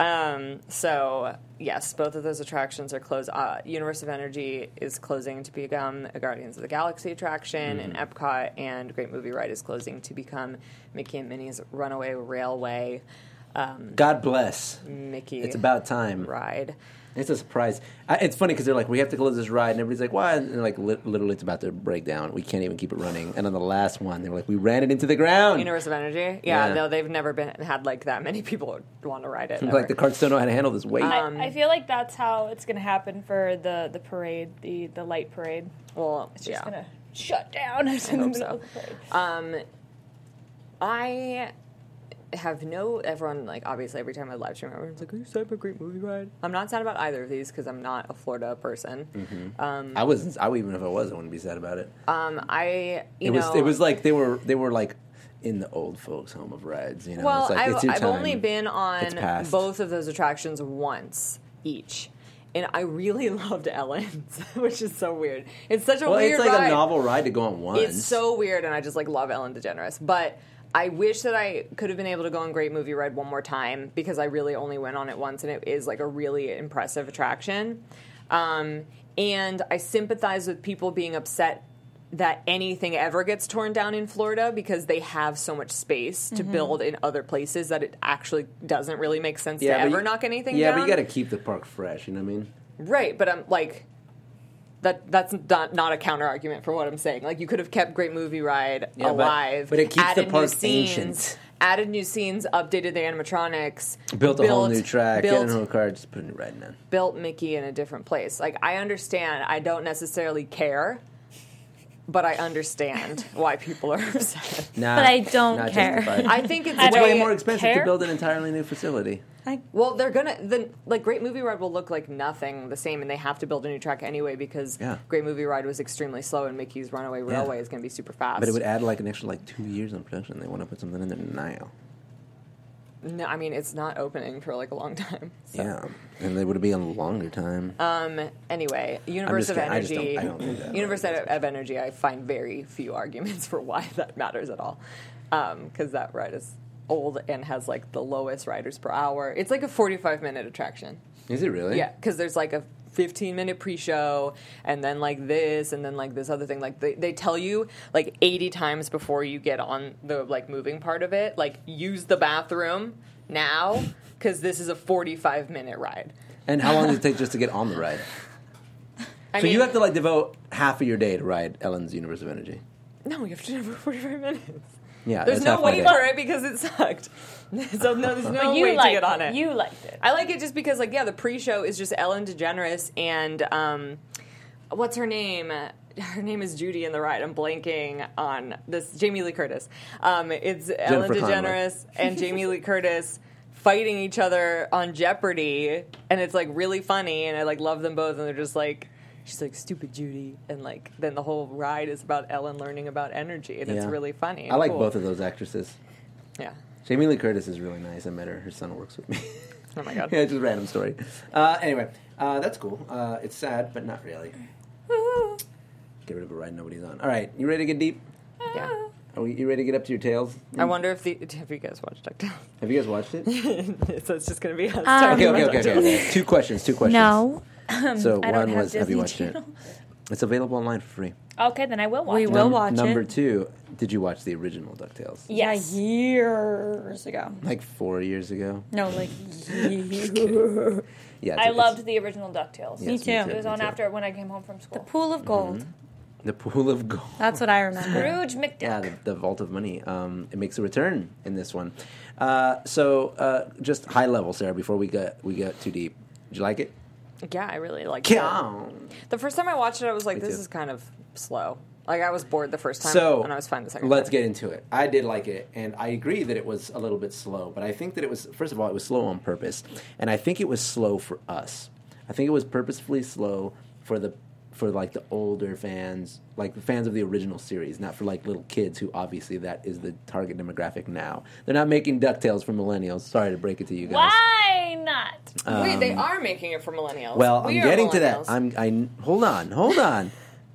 Speaker 4: Um, so yes, both of those attractions are closed. Uh, Universe of Energy is closing to become a Guardians of the Galaxy attraction, and
Speaker 1: Mm-hmm.
Speaker 4: Epcot and Great Movie Ride is closing to become Mickey and Minnie's Runaway Railway. Um,
Speaker 1: God bless.
Speaker 4: Mickey,
Speaker 1: It's about time.
Speaker 4: ride.
Speaker 1: It's a surprise. I, it's funny because they're like, we have to close this ride, and everybody's like, why? And like, li- literally, it's about to break down. We can't even keep it running. And on the last one, they were like, we ran it into the ground.
Speaker 4: Universe of Energy. Yeah,
Speaker 1: Yeah.
Speaker 4: no, they've never been had like that many people want to ride it. ever.
Speaker 1: like the carts don't know how to handle this weight.
Speaker 3: I, I feel like that's how it's going to happen for the, the parade, the, the light parade.
Speaker 4: well,
Speaker 3: It's just
Speaker 4: yeah.
Speaker 3: going to shut down. I
Speaker 4: hope so. I have no everyone like obviously every time I live stream everyone's like, Are you sad about great movie ride? I'm not sad about either of these because I'm not a Florida person.
Speaker 1: Mm-hmm. I was. I even if I was, I wouldn't be sad about it.
Speaker 4: Um I you
Speaker 1: it was.
Speaker 4: know
Speaker 1: It was like they were. They were like in the old folks' home of rides. You know.
Speaker 4: Well,
Speaker 1: it's like,
Speaker 4: I've,
Speaker 1: it's your
Speaker 4: I've
Speaker 1: time.
Speaker 4: only been
Speaker 1: It's
Speaker 4: on
Speaker 1: past.
Speaker 4: both of those attractions once each. And I really loved Ellen's, which is so weird. It's such a
Speaker 1: Well,
Speaker 4: weird
Speaker 1: it's like
Speaker 4: ride.
Speaker 1: a novel ride to go on once.
Speaker 4: It's so weird, and I just like love Ellen DeGeneres. But I wish that I could have been able to go on Great Movie Ride one more time because I really only went on it once, and it is like a really impressive attraction. Um, and I sympathize with people being upset that anything ever gets torn down in Florida because they have so much space to build in other places that it actually doesn't really make sense to
Speaker 1: but
Speaker 4: ever
Speaker 1: you-
Speaker 4: knock anything
Speaker 1: Yeah,
Speaker 4: down.
Speaker 1: but you got to keep the park fresh. You know what I mean?
Speaker 4: Right, but I'm like that that's not not a counter argument for what I'm saying. Like you could have kept Great Movie Ride
Speaker 1: Yeah, but-
Speaker 4: alive,
Speaker 1: but it keeps the
Speaker 4: added new
Speaker 1: park
Speaker 4: scenes,
Speaker 1: ancient.
Speaker 4: Added new scenes, updated the animatronics,
Speaker 1: Built a whole new track. Get in a whole
Speaker 4: built,
Speaker 1: car, just putting it right now.
Speaker 4: built Mickey in a different place. Like I understand, I don't necessarily care, but I understand why people are upset.
Speaker 1: Nah,
Speaker 5: But I don't
Speaker 1: not
Speaker 5: care.
Speaker 1: justified.
Speaker 4: I think it's
Speaker 1: it's way
Speaker 4: way
Speaker 1: more expensive to
Speaker 3: care.
Speaker 1: build an entirely new facility.
Speaker 5: I,
Speaker 4: Well, they're gonna the like Great Movie Ride will look like nothing the same, and they have to build a new track anyway because
Speaker 1: Yeah.
Speaker 4: Great Movie Ride was extremely slow, and Mickey's Runaway Railway is gonna be super fast.
Speaker 1: But it would add like an extra like two years on production. They want to put something in there now.
Speaker 4: no, I mean it's not opening for like a long time. So.
Speaker 1: Yeah, and they would be on a longer time.
Speaker 4: Uh, Anyway, Universe
Speaker 1: just
Speaker 4: of
Speaker 1: kidding. I just
Speaker 4: Energy,
Speaker 1: don't- I don't think that
Speaker 4: Universe
Speaker 1: matters.
Speaker 4: of, of Energy, I find very few arguments for why that matters at all, because that ride is old and has like the lowest riders per hour. It's like a forty-five minute attraction.
Speaker 1: Is it really?
Speaker 4: Yeah, because there's like a 15 minute pre show, and then like this, and then like this other thing. Like they, they tell you like 80 times before you get on the like moving part of it, like use the bathroom now, because this is a 45 minute ride.
Speaker 1: And how long does it take just to get on the ride?
Speaker 4: I I
Speaker 1: so you
Speaker 4: mean-
Speaker 1: have to like devote half of your day to ride Ellen's Universe of Energy.
Speaker 4: No, you have to do it for 45 minutes.
Speaker 1: Yeah,
Speaker 4: There's
Speaker 1: that's
Speaker 4: no
Speaker 1: half my
Speaker 4: way
Speaker 1: day.
Speaker 4: for it because it sucked. so no, there's no
Speaker 3: But you
Speaker 4: way
Speaker 3: liked
Speaker 4: to get on it.
Speaker 3: You liked it.
Speaker 4: I like it just because, like, yeah, the pre-show is just Ellen DeGeneres and um, what's her name? Her name is Judy in the ride. I'm blanking on this. Jamie Lee Curtis. Um, it's Ellen
Speaker 1: Conway.
Speaker 4: DeGeneres and Jamie Lee Curtis fighting each other on Jeopardy, and it's like really funny, and I like love them both, and they're just like. She's like stupid Judy, and like then the whole ride is about Ellen learning about energy, and it's
Speaker 1: Yeah.
Speaker 4: really funny. and
Speaker 1: I like
Speaker 4: cool.
Speaker 1: both of those actresses.
Speaker 4: Yeah.
Speaker 1: Jamie Lee Curtis is really nice. I met her. Her son works with me.
Speaker 4: Oh my god.
Speaker 1: yeah, just a random story. Uh, anyway, uh, that's cool. Uh, it's sad, but not really.
Speaker 3: Mm-hmm.
Speaker 1: Get rid of a ride nobody's on. All right, you ready to get deep?
Speaker 4: yeah.
Speaker 1: Are we, you ready to get up to your tails?
Speaker 4: I wonder if the have you guys watched DuckTales?
Speaker 1: Have you guys watched it? okay,
Speaker 4: so it's just gonna be us.
Speaker 1: okay,
Speaker 4: talking
Speaker 1: okay,
Speaker 4: about
Speaker 1: okay,
Speaker 4: DuckTales.
Speaker 1: okay. Two questions. Two questions.
Speaker 5: Um, No.
Speaker 1: So
Speaker 3: Um, I don't
Speaker 1: one
Speaker 3: have
Speaker 1: was, have you
Speaker 3: Disney
Speaker 1: watched it?
Speaker 3: Channel.
Speaker 1: It's available online for free.
Speaker 3: Okay, then I will watch.
Speaker 5: We
Speaker 3: it.
Speaker 5: will watch
Speaker 1: Number
Speaker 5: it.
Speaker 1: two, did you watch the original Ducktales?
Speaker 3: Yes.
Speaker 5: Yeah, years ago.
Speaker 1: Like four years ago.
Speaker 5: No, like years.
Speaker 1: Yeah, it's-
Speaker 3: I
Speaker 1: it's-
Speaker 3: loved the original DuckTales.
Speaker 1: yes,
Speaker 5: Me too.
Speaker 3: It was
Speaker 1: me
Speaker 3: on
Speaker 1: too.
Speaker 3: after when I came home from school.
Speaker 5: Pool of gold.
Speaker 1: Mm-hmm. the pool of gold.
Speaker 5: That's what I remember.
Speaker 3: Scrooge McDuck.
Speaker 1: Yeah, the, the vault of money. Um, it makes a return in this one. Uh, so, uh, just high level, Sarah. Before we get we get too deep, did you like it?
Speaker 4: Yeah, I really liked it.
Speaker 1: Kyong.
Speaker 4: The first time I watched it, I was like, "This
Speaker 1: too.
Speaker 4: is kind of slow." Like I was bored the first time,
Speaker 1: So,
Speaker 4: and I was fine the second.
Speaker 1: let's
Speaker 4: time.
Speaker 1: get into it. I did like it, and I agree that it was a little bit slow. But I think that it was first of all, it was slow on purpose, and I think it was slow for us. I think it was purposefully slow for the for like the older fans, like the fans of the original series, not for like little kids who obviously that is the target demographic now. They're not making Ducktales for millennials. Sorry to break it to you guys.
Speaker 3: Why not?
Speaker 4: Wait, they are making it for millennials.
Speaker 1: um, Well,
Speaker 4: We
Speaker 1: I'm
Speaker 4: are
Speaker 1: getting to that.
Speaker 4: millennials.
Speaker 1: I'm. I hold on, hold on.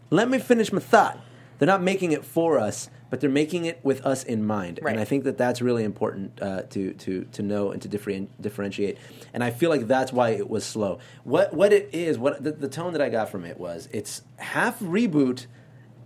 Speaker 1: Let me finish my thought. They're not making it for us, but they're making it with us in mind,
Speaker 4: Right.
Speaker 1: and I think that that's really important uh, to to to know and to differen- differentiate. And I feel like that's why it was slow. What what it is, what the, the tone that I got from it was, it's half reboot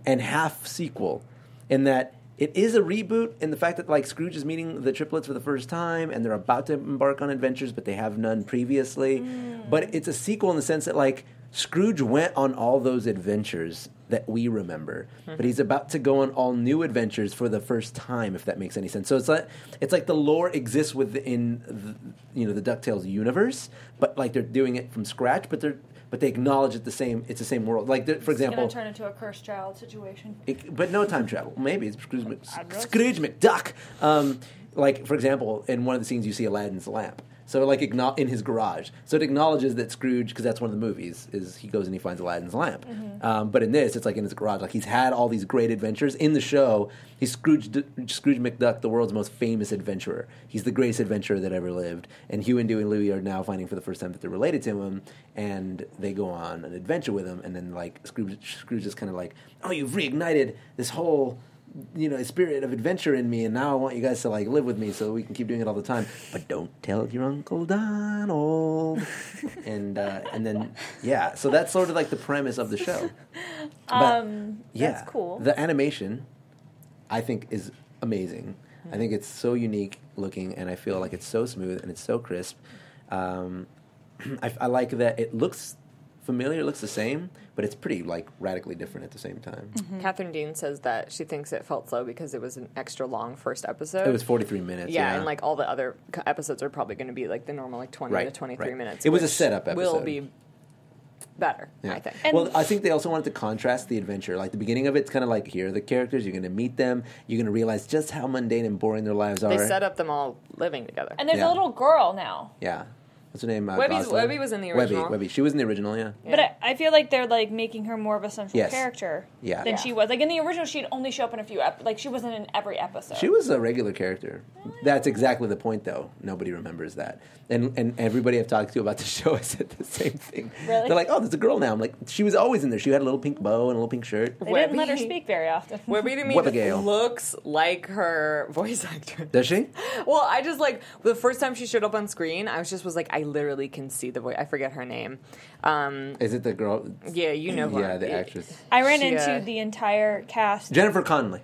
Speaker 1: and half sequel, in that. It is a reboot in the fact that like Scrooge is meeting the triplets for the first time and they're about to embark on adventures but they have none previously.
Speaker 3: Mm.
Speaker 1: But it's a sequel in the sense that like Scrooge went on all those adventures that we remember,
Speaker 3: Mm-hmm.
Speaker 1: but he's about to go on all new adventures for the first time, if that makes any sense. So it's like it's like the lore exists within the, you know the Ducktales universe, but like they're doing it from scratch, but they're but they acknowledge it the same. It's the same world. Like they're- for
Speaker 3: It's
Speaker 1: example,
Speaker 3: gonna turn into a cursed child situation.
Speaker 1: it- but no time travel. Maybe it's Scrooge, Mc,
Speaker 3: don't know.
Speaker 1: Scrooge McDuck. Um, like for example, in one of the scenes, you see Aladdin's lamp. So like igno- in his garage. So it acknowledges that Scrooge, because that's one of the movies, is he goes and he finds Aladdin's lamp. Um, but in this, it's like in his garage. Like he's had all these great adventures in the show. He's Scrooge Scrooge McDuck, the world's most famous adventurer. He's the greatest adventurer that ever lived. And Hugh and Dewey and Louie are now finding for the first time that they're related to him, and they go on an adventure with him. And then like Scrooge, Scrooge is kind of like, "Oh, you've reignited this whole." you know, spirit of adventure in me, and now I want you guys to like live with me so we can keep doing it all the time. But don't tell your uncle Donald. and uh, and then yeah, so that's sort of like the premise of the show. um, yeah,
Speaker 3: that's cool.
Speaker 1: The animation, I think, is amazing. I think it's so unique looking, and I feel like it's so smooth and it's so crisp. Um, I, I like that it looks familiar, it looks the same, but it's pretty like radically different at the same time.
Speaker 3: Mm-hmm.
Speaker 4: Mm-hmm. Catherine Dean says that she thinks it felt slow because it was an extra long first episode.
Speaker 1: It was forty three minutes.
Speaker 4: yeah, and like all the other c- episodes are probably going to be like the normal like twenty
Speaker 1: Right,
Speaker 4: to twenty three
Speaker 1: right.
Speaker 4: minutes.
Speaker 1: It was a
Speaker 4: which
Speaker 1: setup
Speaker 4: Will
Speaker 1: episode.
Speaker 4: be better,
Speaker 1: Yeah.
Speaker 4: I think.
Speaker 1: well, I think they also wanted to contrast the adventure. Like the beginning of it's kind of like here are the characters. You're going to meet them. You're going to realize just how mundane and boring their lives are.
Speaker 4: they set up them all living together.
Speaker 3: And there's
Speaker 1: Yeah.
Speaker 3: a little girl now.
Speaker 1: Yeah. What's her name? Uh,
Speaker 4: Webby's-
Speaker 1: Gosling?
Speaker 4: Webby was in the
Speaker 1: Webby,
Speaker 4: original.
Speaker 1: Webby. She was in the original. Yeah.
Speaker 3: But I, I feel like they're like making her more of a central
Speaker 1: Yes.
Speaker 3: character
Speaker 1: Yeah.
Speaker 3: than
Speaker 1: Yeah.
Speaker 3: she was. Like in the original, she'd only show up in a few ep- like she wasn't in every episode.
Speaker 1: She was a regular character. That's exactly the point, though. Nobody remembers that, and and everybody I've talked to about the show has said the same thing.
Speaker 3: Really?
Speaker 1: They're like, "Oh, there's a girl now." I'm like, "She was always in there. She had a little pink bow and a little pink shirt."
Speaker 3: they didn't let her speak very often.
Speaker 4: Webby to me
Speaker 1: Webbigail.
Speaker 4: looks like her voice actress.
Speaker 1: Does she?
Speaker 4: Well, I just like the first time she showed up on screen, I was just was like, I literally can see the voice. I forget her name. Um,
Speaker 1: Is it the girl?
Speaker 4: yeah, you know her.
Speaker 1: Yeah, the actress
Speaker 3: I ran
Speaker 4: She,
Speaker 3: into
Speaker 4: uh,
Speaker 3: the entire cast.
Speaker 1: Jennifer Connelly.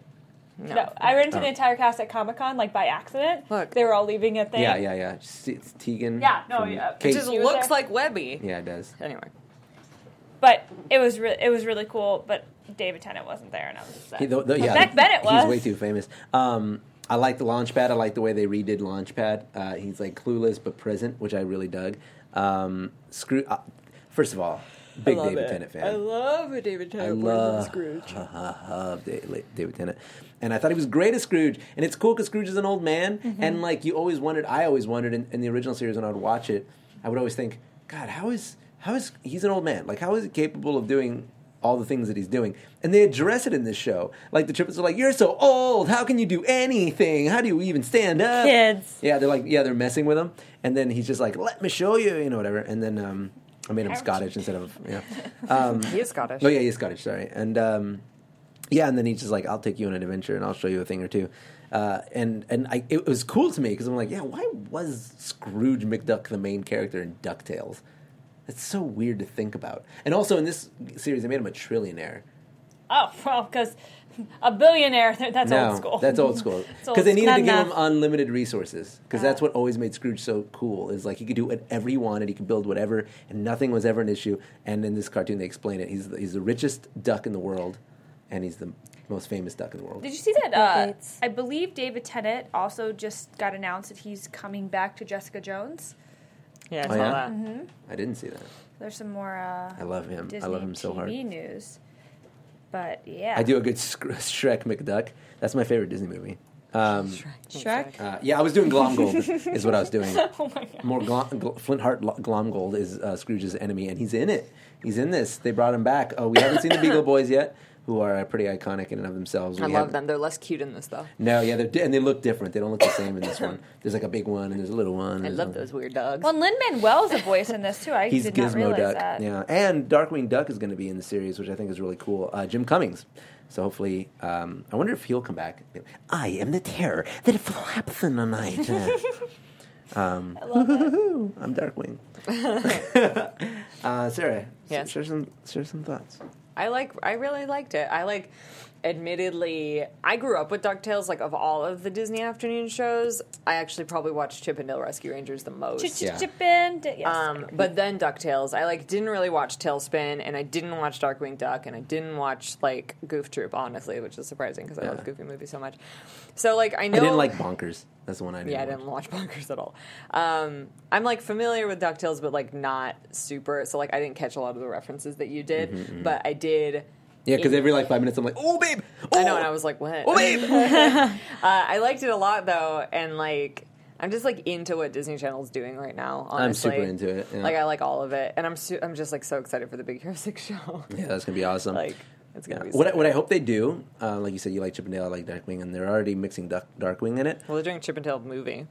Speaker 3: no. I ran into
Speaker 1: Oh.
Speaker 3: the entire cast at Comic Con like by accident.
Speaker 4: Look.
Speaker 3: they were all leaving a thing.
Speaker 1: Yeah, yeah, yeah. It's Tegan.
Speaker 3: Yeah, no,
Speaker 1: from
Speaker 3: yeah.
Speaker 1: Kate-
Speaker 4: Just
Speaker 3: She was
Speaker 4: looks
Speaker 3: there.
Speaker 4: like Webby.
Speaker 1: yeah, it does.
Speaker 4: Anyway,
Speaker 3: But it was re- it was really cool. But David Tennant wasn't there, and I was upset.
Speaker 1: He- though- though-
Speaker 3: But
Speaker 1: yeah,
Speaker 3: Beck Bennett was.
Speaker 1: He's way too famous. Um, I like the Launchpad. I like the way they redid Launchpad. Uh, he's like clueless but present, which I really dug. Um, screw. Uh, first of all, big David Tennant fan.
Speaker 4: love a David Tennant.
Speaker 1: I love of Da- La- David Tennant. And I thought he was great as Scrooge. And it's cool because Scrooge is an old man. And like you always wondered, I always wondered in, in the original series when I would watch it, I would always think, God, how is how is he's an old man? Like how is he capable of doing all the things that he's doing? And they address it in this show. Like the triplets are like, You're so old, how can you do anything? How do you even stand up?
Speaker 5: Kids.
Speaker 1: Yeah, they're like yeah, they're messing with him. And then he's just like, Let me show you, you know, whatever. And then um I made him
Speaker 3: Ouch.
Speaker 1: Scottish instead of yeah.
Speaker 4: He is Scottish.
Speaker 1: Oh yeah, he's Scottish. Sorry, and um, yeah, and then he's just like, "I'll take you on an adventure, and I'll show you a thing or two. Uh, and and I, it was cool to me because I'm like, yeah, why was Scrooge McDuck the main character in Ducktales? That's so weird to think about. And also in this series, they made him a trillionaire.
Speaker 3: Oh well, because a billionaire th- that's
Speaker 1: no,
Speaker 3: old school.
Speaker 1: that's old school.
Speaker 3: old
Speaker 1: Because they needed
Speaker 5: school.
Speaker 1: to give
Speaker 5: Not
Speaker 1: him unlimited resources. Because that's what always made Scrooge so cool. Is like he could do whatever he wanted, he could build whatever, and nothing was ever an issue. And in this cartoon, they explain it. He's the, he's the richest duck in the world, and he's the most famous duck in the world.
Speaker 3: Did you see that? Uh,
Speaker 5: Gates.
Speaker 3: I believe David Tennant also just got announced that he's coming back to Jessica Jones.
Speaker 4: Yeah, I
Speaker 1: Oh,
Speaker 4: saw
Speaker 1: yeah?
Speaker 4: that.
Speaker 1: I didn't see that.
Speaker 3: There's some more. Uh,
Speaker 1: I love him.
Speaker 3: Disney
Speaker 1: I love him so
Speaker 3: TV
Speaker 1: hard.
Speaker 3: news, but yeah,
Speaker 1: I do a good Sc- Shrek McDuck. That's my favorite Disney movie. Um,
Speaker 5: Shrek.
Speaker 1: uh, yeah, I was doing Glomgold is what I was doing.
Speaker 3: Oh my god.
Speaker 1: More Glom, Gl- Flint Heart Lo- Glomgold is uh, Scrooge's enemy, and he's in it. He's in this. They brought him back. Oh, we haven't seen the Beagle Boys yet, who are uh, pretty iconic in and of themselves.
Speaker 4: I
Speaker 1: We
Speaker 4: love
Speaker 1: haven't-
Speaker 4: them. They're less cute in this though.
Speaker 1: No, yeah, they're di- and they look different. They don't look the same in this one. There's like a big one and there's a little one. and
Speaker 4: I
Speaker 1: there's
Speaker 4: love
Speaker 1: one-
Speaker 4: those weird dogs.
Speaker 3: Well, Lin Manuel's a voice in this too. I
Speaker 1: He's
Speaker 3: did not
Speaker 1: Gizmo
Speaker 3: realize
Speaker 1: Duck.
Speaker 3: that.
Speaker 1: Yeah, and Darkwing Duck is going to be in the series, which I think is really cool. Uh, Jim Cummings. So hopefully, um, I wonder if he'll come back. I am the terror that flaps in the night.
Speaker 3: I love that.
Speaker 1: Woo-hoo, I'm Darkwing. uh, Sarah,
Speaker 4: Yes.
Speaker 1: yes. share some share some thoughts.
Speaker 4: I like. I really liked it. I like. Admittedly, I grew up with Ducktales. Like of all of the Disney afternoon shows, I actually probably watched Chip and Dale Rescue Rangers the most.
Speaker 1: Yeah.
Speaker 3: Ch-ch-chipin. Yes.
Speaker 4: Um, but then Ducktales, I like didn't really watch Tailspin, and I didn't watch Darkwing Duck, and I didn't watch like Goof Troop, honestly, which is surprising because I
Speaker 1: Yeah.
Speaker 4: love Goofy movies so much. So like I know
Speaker 1: I didn't like Bonkers. That's the one I didn't.
Speaker 4: yeah, I
Speaker 1: watch.
Speaker 4: didn't watch Bonkers at all. Um, I'm like familiar with Ducktales, but like not super. So like I didn't catch a lot of the references that you did,
Speaker 1: Mm-hmm,
Speaker 4: but I did.
Speaker 1: Yeah, because every like five minutes, I'm like, oh babe, oh,
Speaker 4: I know, and I was like, what?
Speaker 1: oh babe.
Speaker 4: Uh, I liked it a lot though, and like I'm just like into what Disney Channel's doing right now.
Speaker 1: I'm
Speaker 4: Honestly.
Speaker 1: super into it, yeah.
Speaker 4: Like I like all of it, and I'm su- I'm just like so excited for the Big Hero Six show.
Speaker 1: yeah, that's gonna be awesome.
Speaker 4: like it's gonna
Speaker 1: Yeah.
Speaker 4: be
Speaker 1: What, I,
Speaker 4: sick.
Speaker 1: what I hope they do, uh, like you said, you like Chip and Dale, I like Darkwing, and they're already mixing Duck, Darkwing in it.
Speaker 4: Well, they're doing Chip and Dale movie.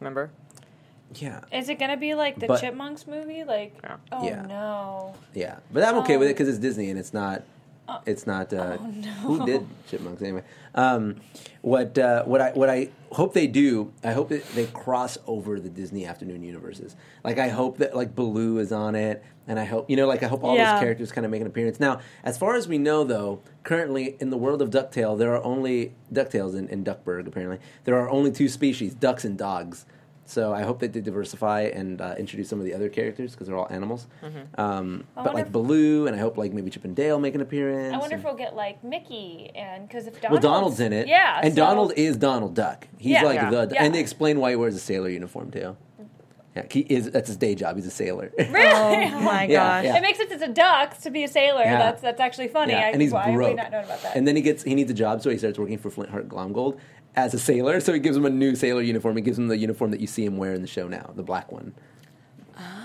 Speaker 4: Remember?
Speaker 1: Yeah,
Speaker 3: Is it gonna be like the
Speaker 1: but-
Speaker 3: Chipmunks movie? Like,
Speaker 4: Yeah.
Speaker 3: oh
Speaker 1: Yeah.
Speaker 3: no.
Speaker 1: Yeah, but I'm okay with it because it's Disney and it's not. It's not. Uh, Who did Chipmunks anyway? Um, what uh, what I what I hope they do. I hope that they cross over the Disney afternoon universes. Like I hope that like Baloo is on it, and I hope you know like I hope all
Speaker 5: Yeah.
Speaker 1: these characters kind of make an appearance. Now, as far as we know, though, currently in the world of Ducktale, there are only Ducktales in, in Duckburg. Apparently, there are only two species: ducks and dogs. So I hope that they diversify and uh, introduce some of the other characters because they're all animals. Um, but
Speaker 3: wonder
Speaker 1: like
Speaker 3: if-
Speaker 1: Baloo, and I hope like maybe Chip and Dale make an appearance.
Speaker 3: I wonder if
Speaker 1: and-
Speaker 3: we'll get like Mickey and because if
Speaker 1: well,
Speaker 3: Donald's,
Speaker 1: Donald's in it,
Speaker 3: yeah,
Speaker 1: and
Speaker 3: so-
Speaker 1: Donald is Donald Duck. He's
Speaker 3: Yeah.
Speaker 1: like
Speaker 4: Yeah.
Speaker 1: the,
Speaker 3: Yeah.
Speaker 1: and they explain why he wears a sailor uniform too. Yeah, he is that's his day job. He's a sailor.
Speaker 3: Really?
Speaker 5: Oh my
Speaker 1: Yeah,
Speaker 5: gosh.
Speaker 1: um, yeah.
Speaker 3: It makes sense as a duck to be a sailor.
Speaker 1: Yeah.
Speaker 3: That's that's actually funny.
Speaker 1: Yeah,
Speaker 3: I,
Speaker 1: and he's
Speaker 3: why
Speaker 1: broke.
Speaker 3: have we not known about that?
Speaker 1: And then he gets he needs a job, so he starts working for Flint Heart Glomgold as a sailor. So he gives him a new sailor uniform. He gives him the uniform that you see him wear in the show now, the black one.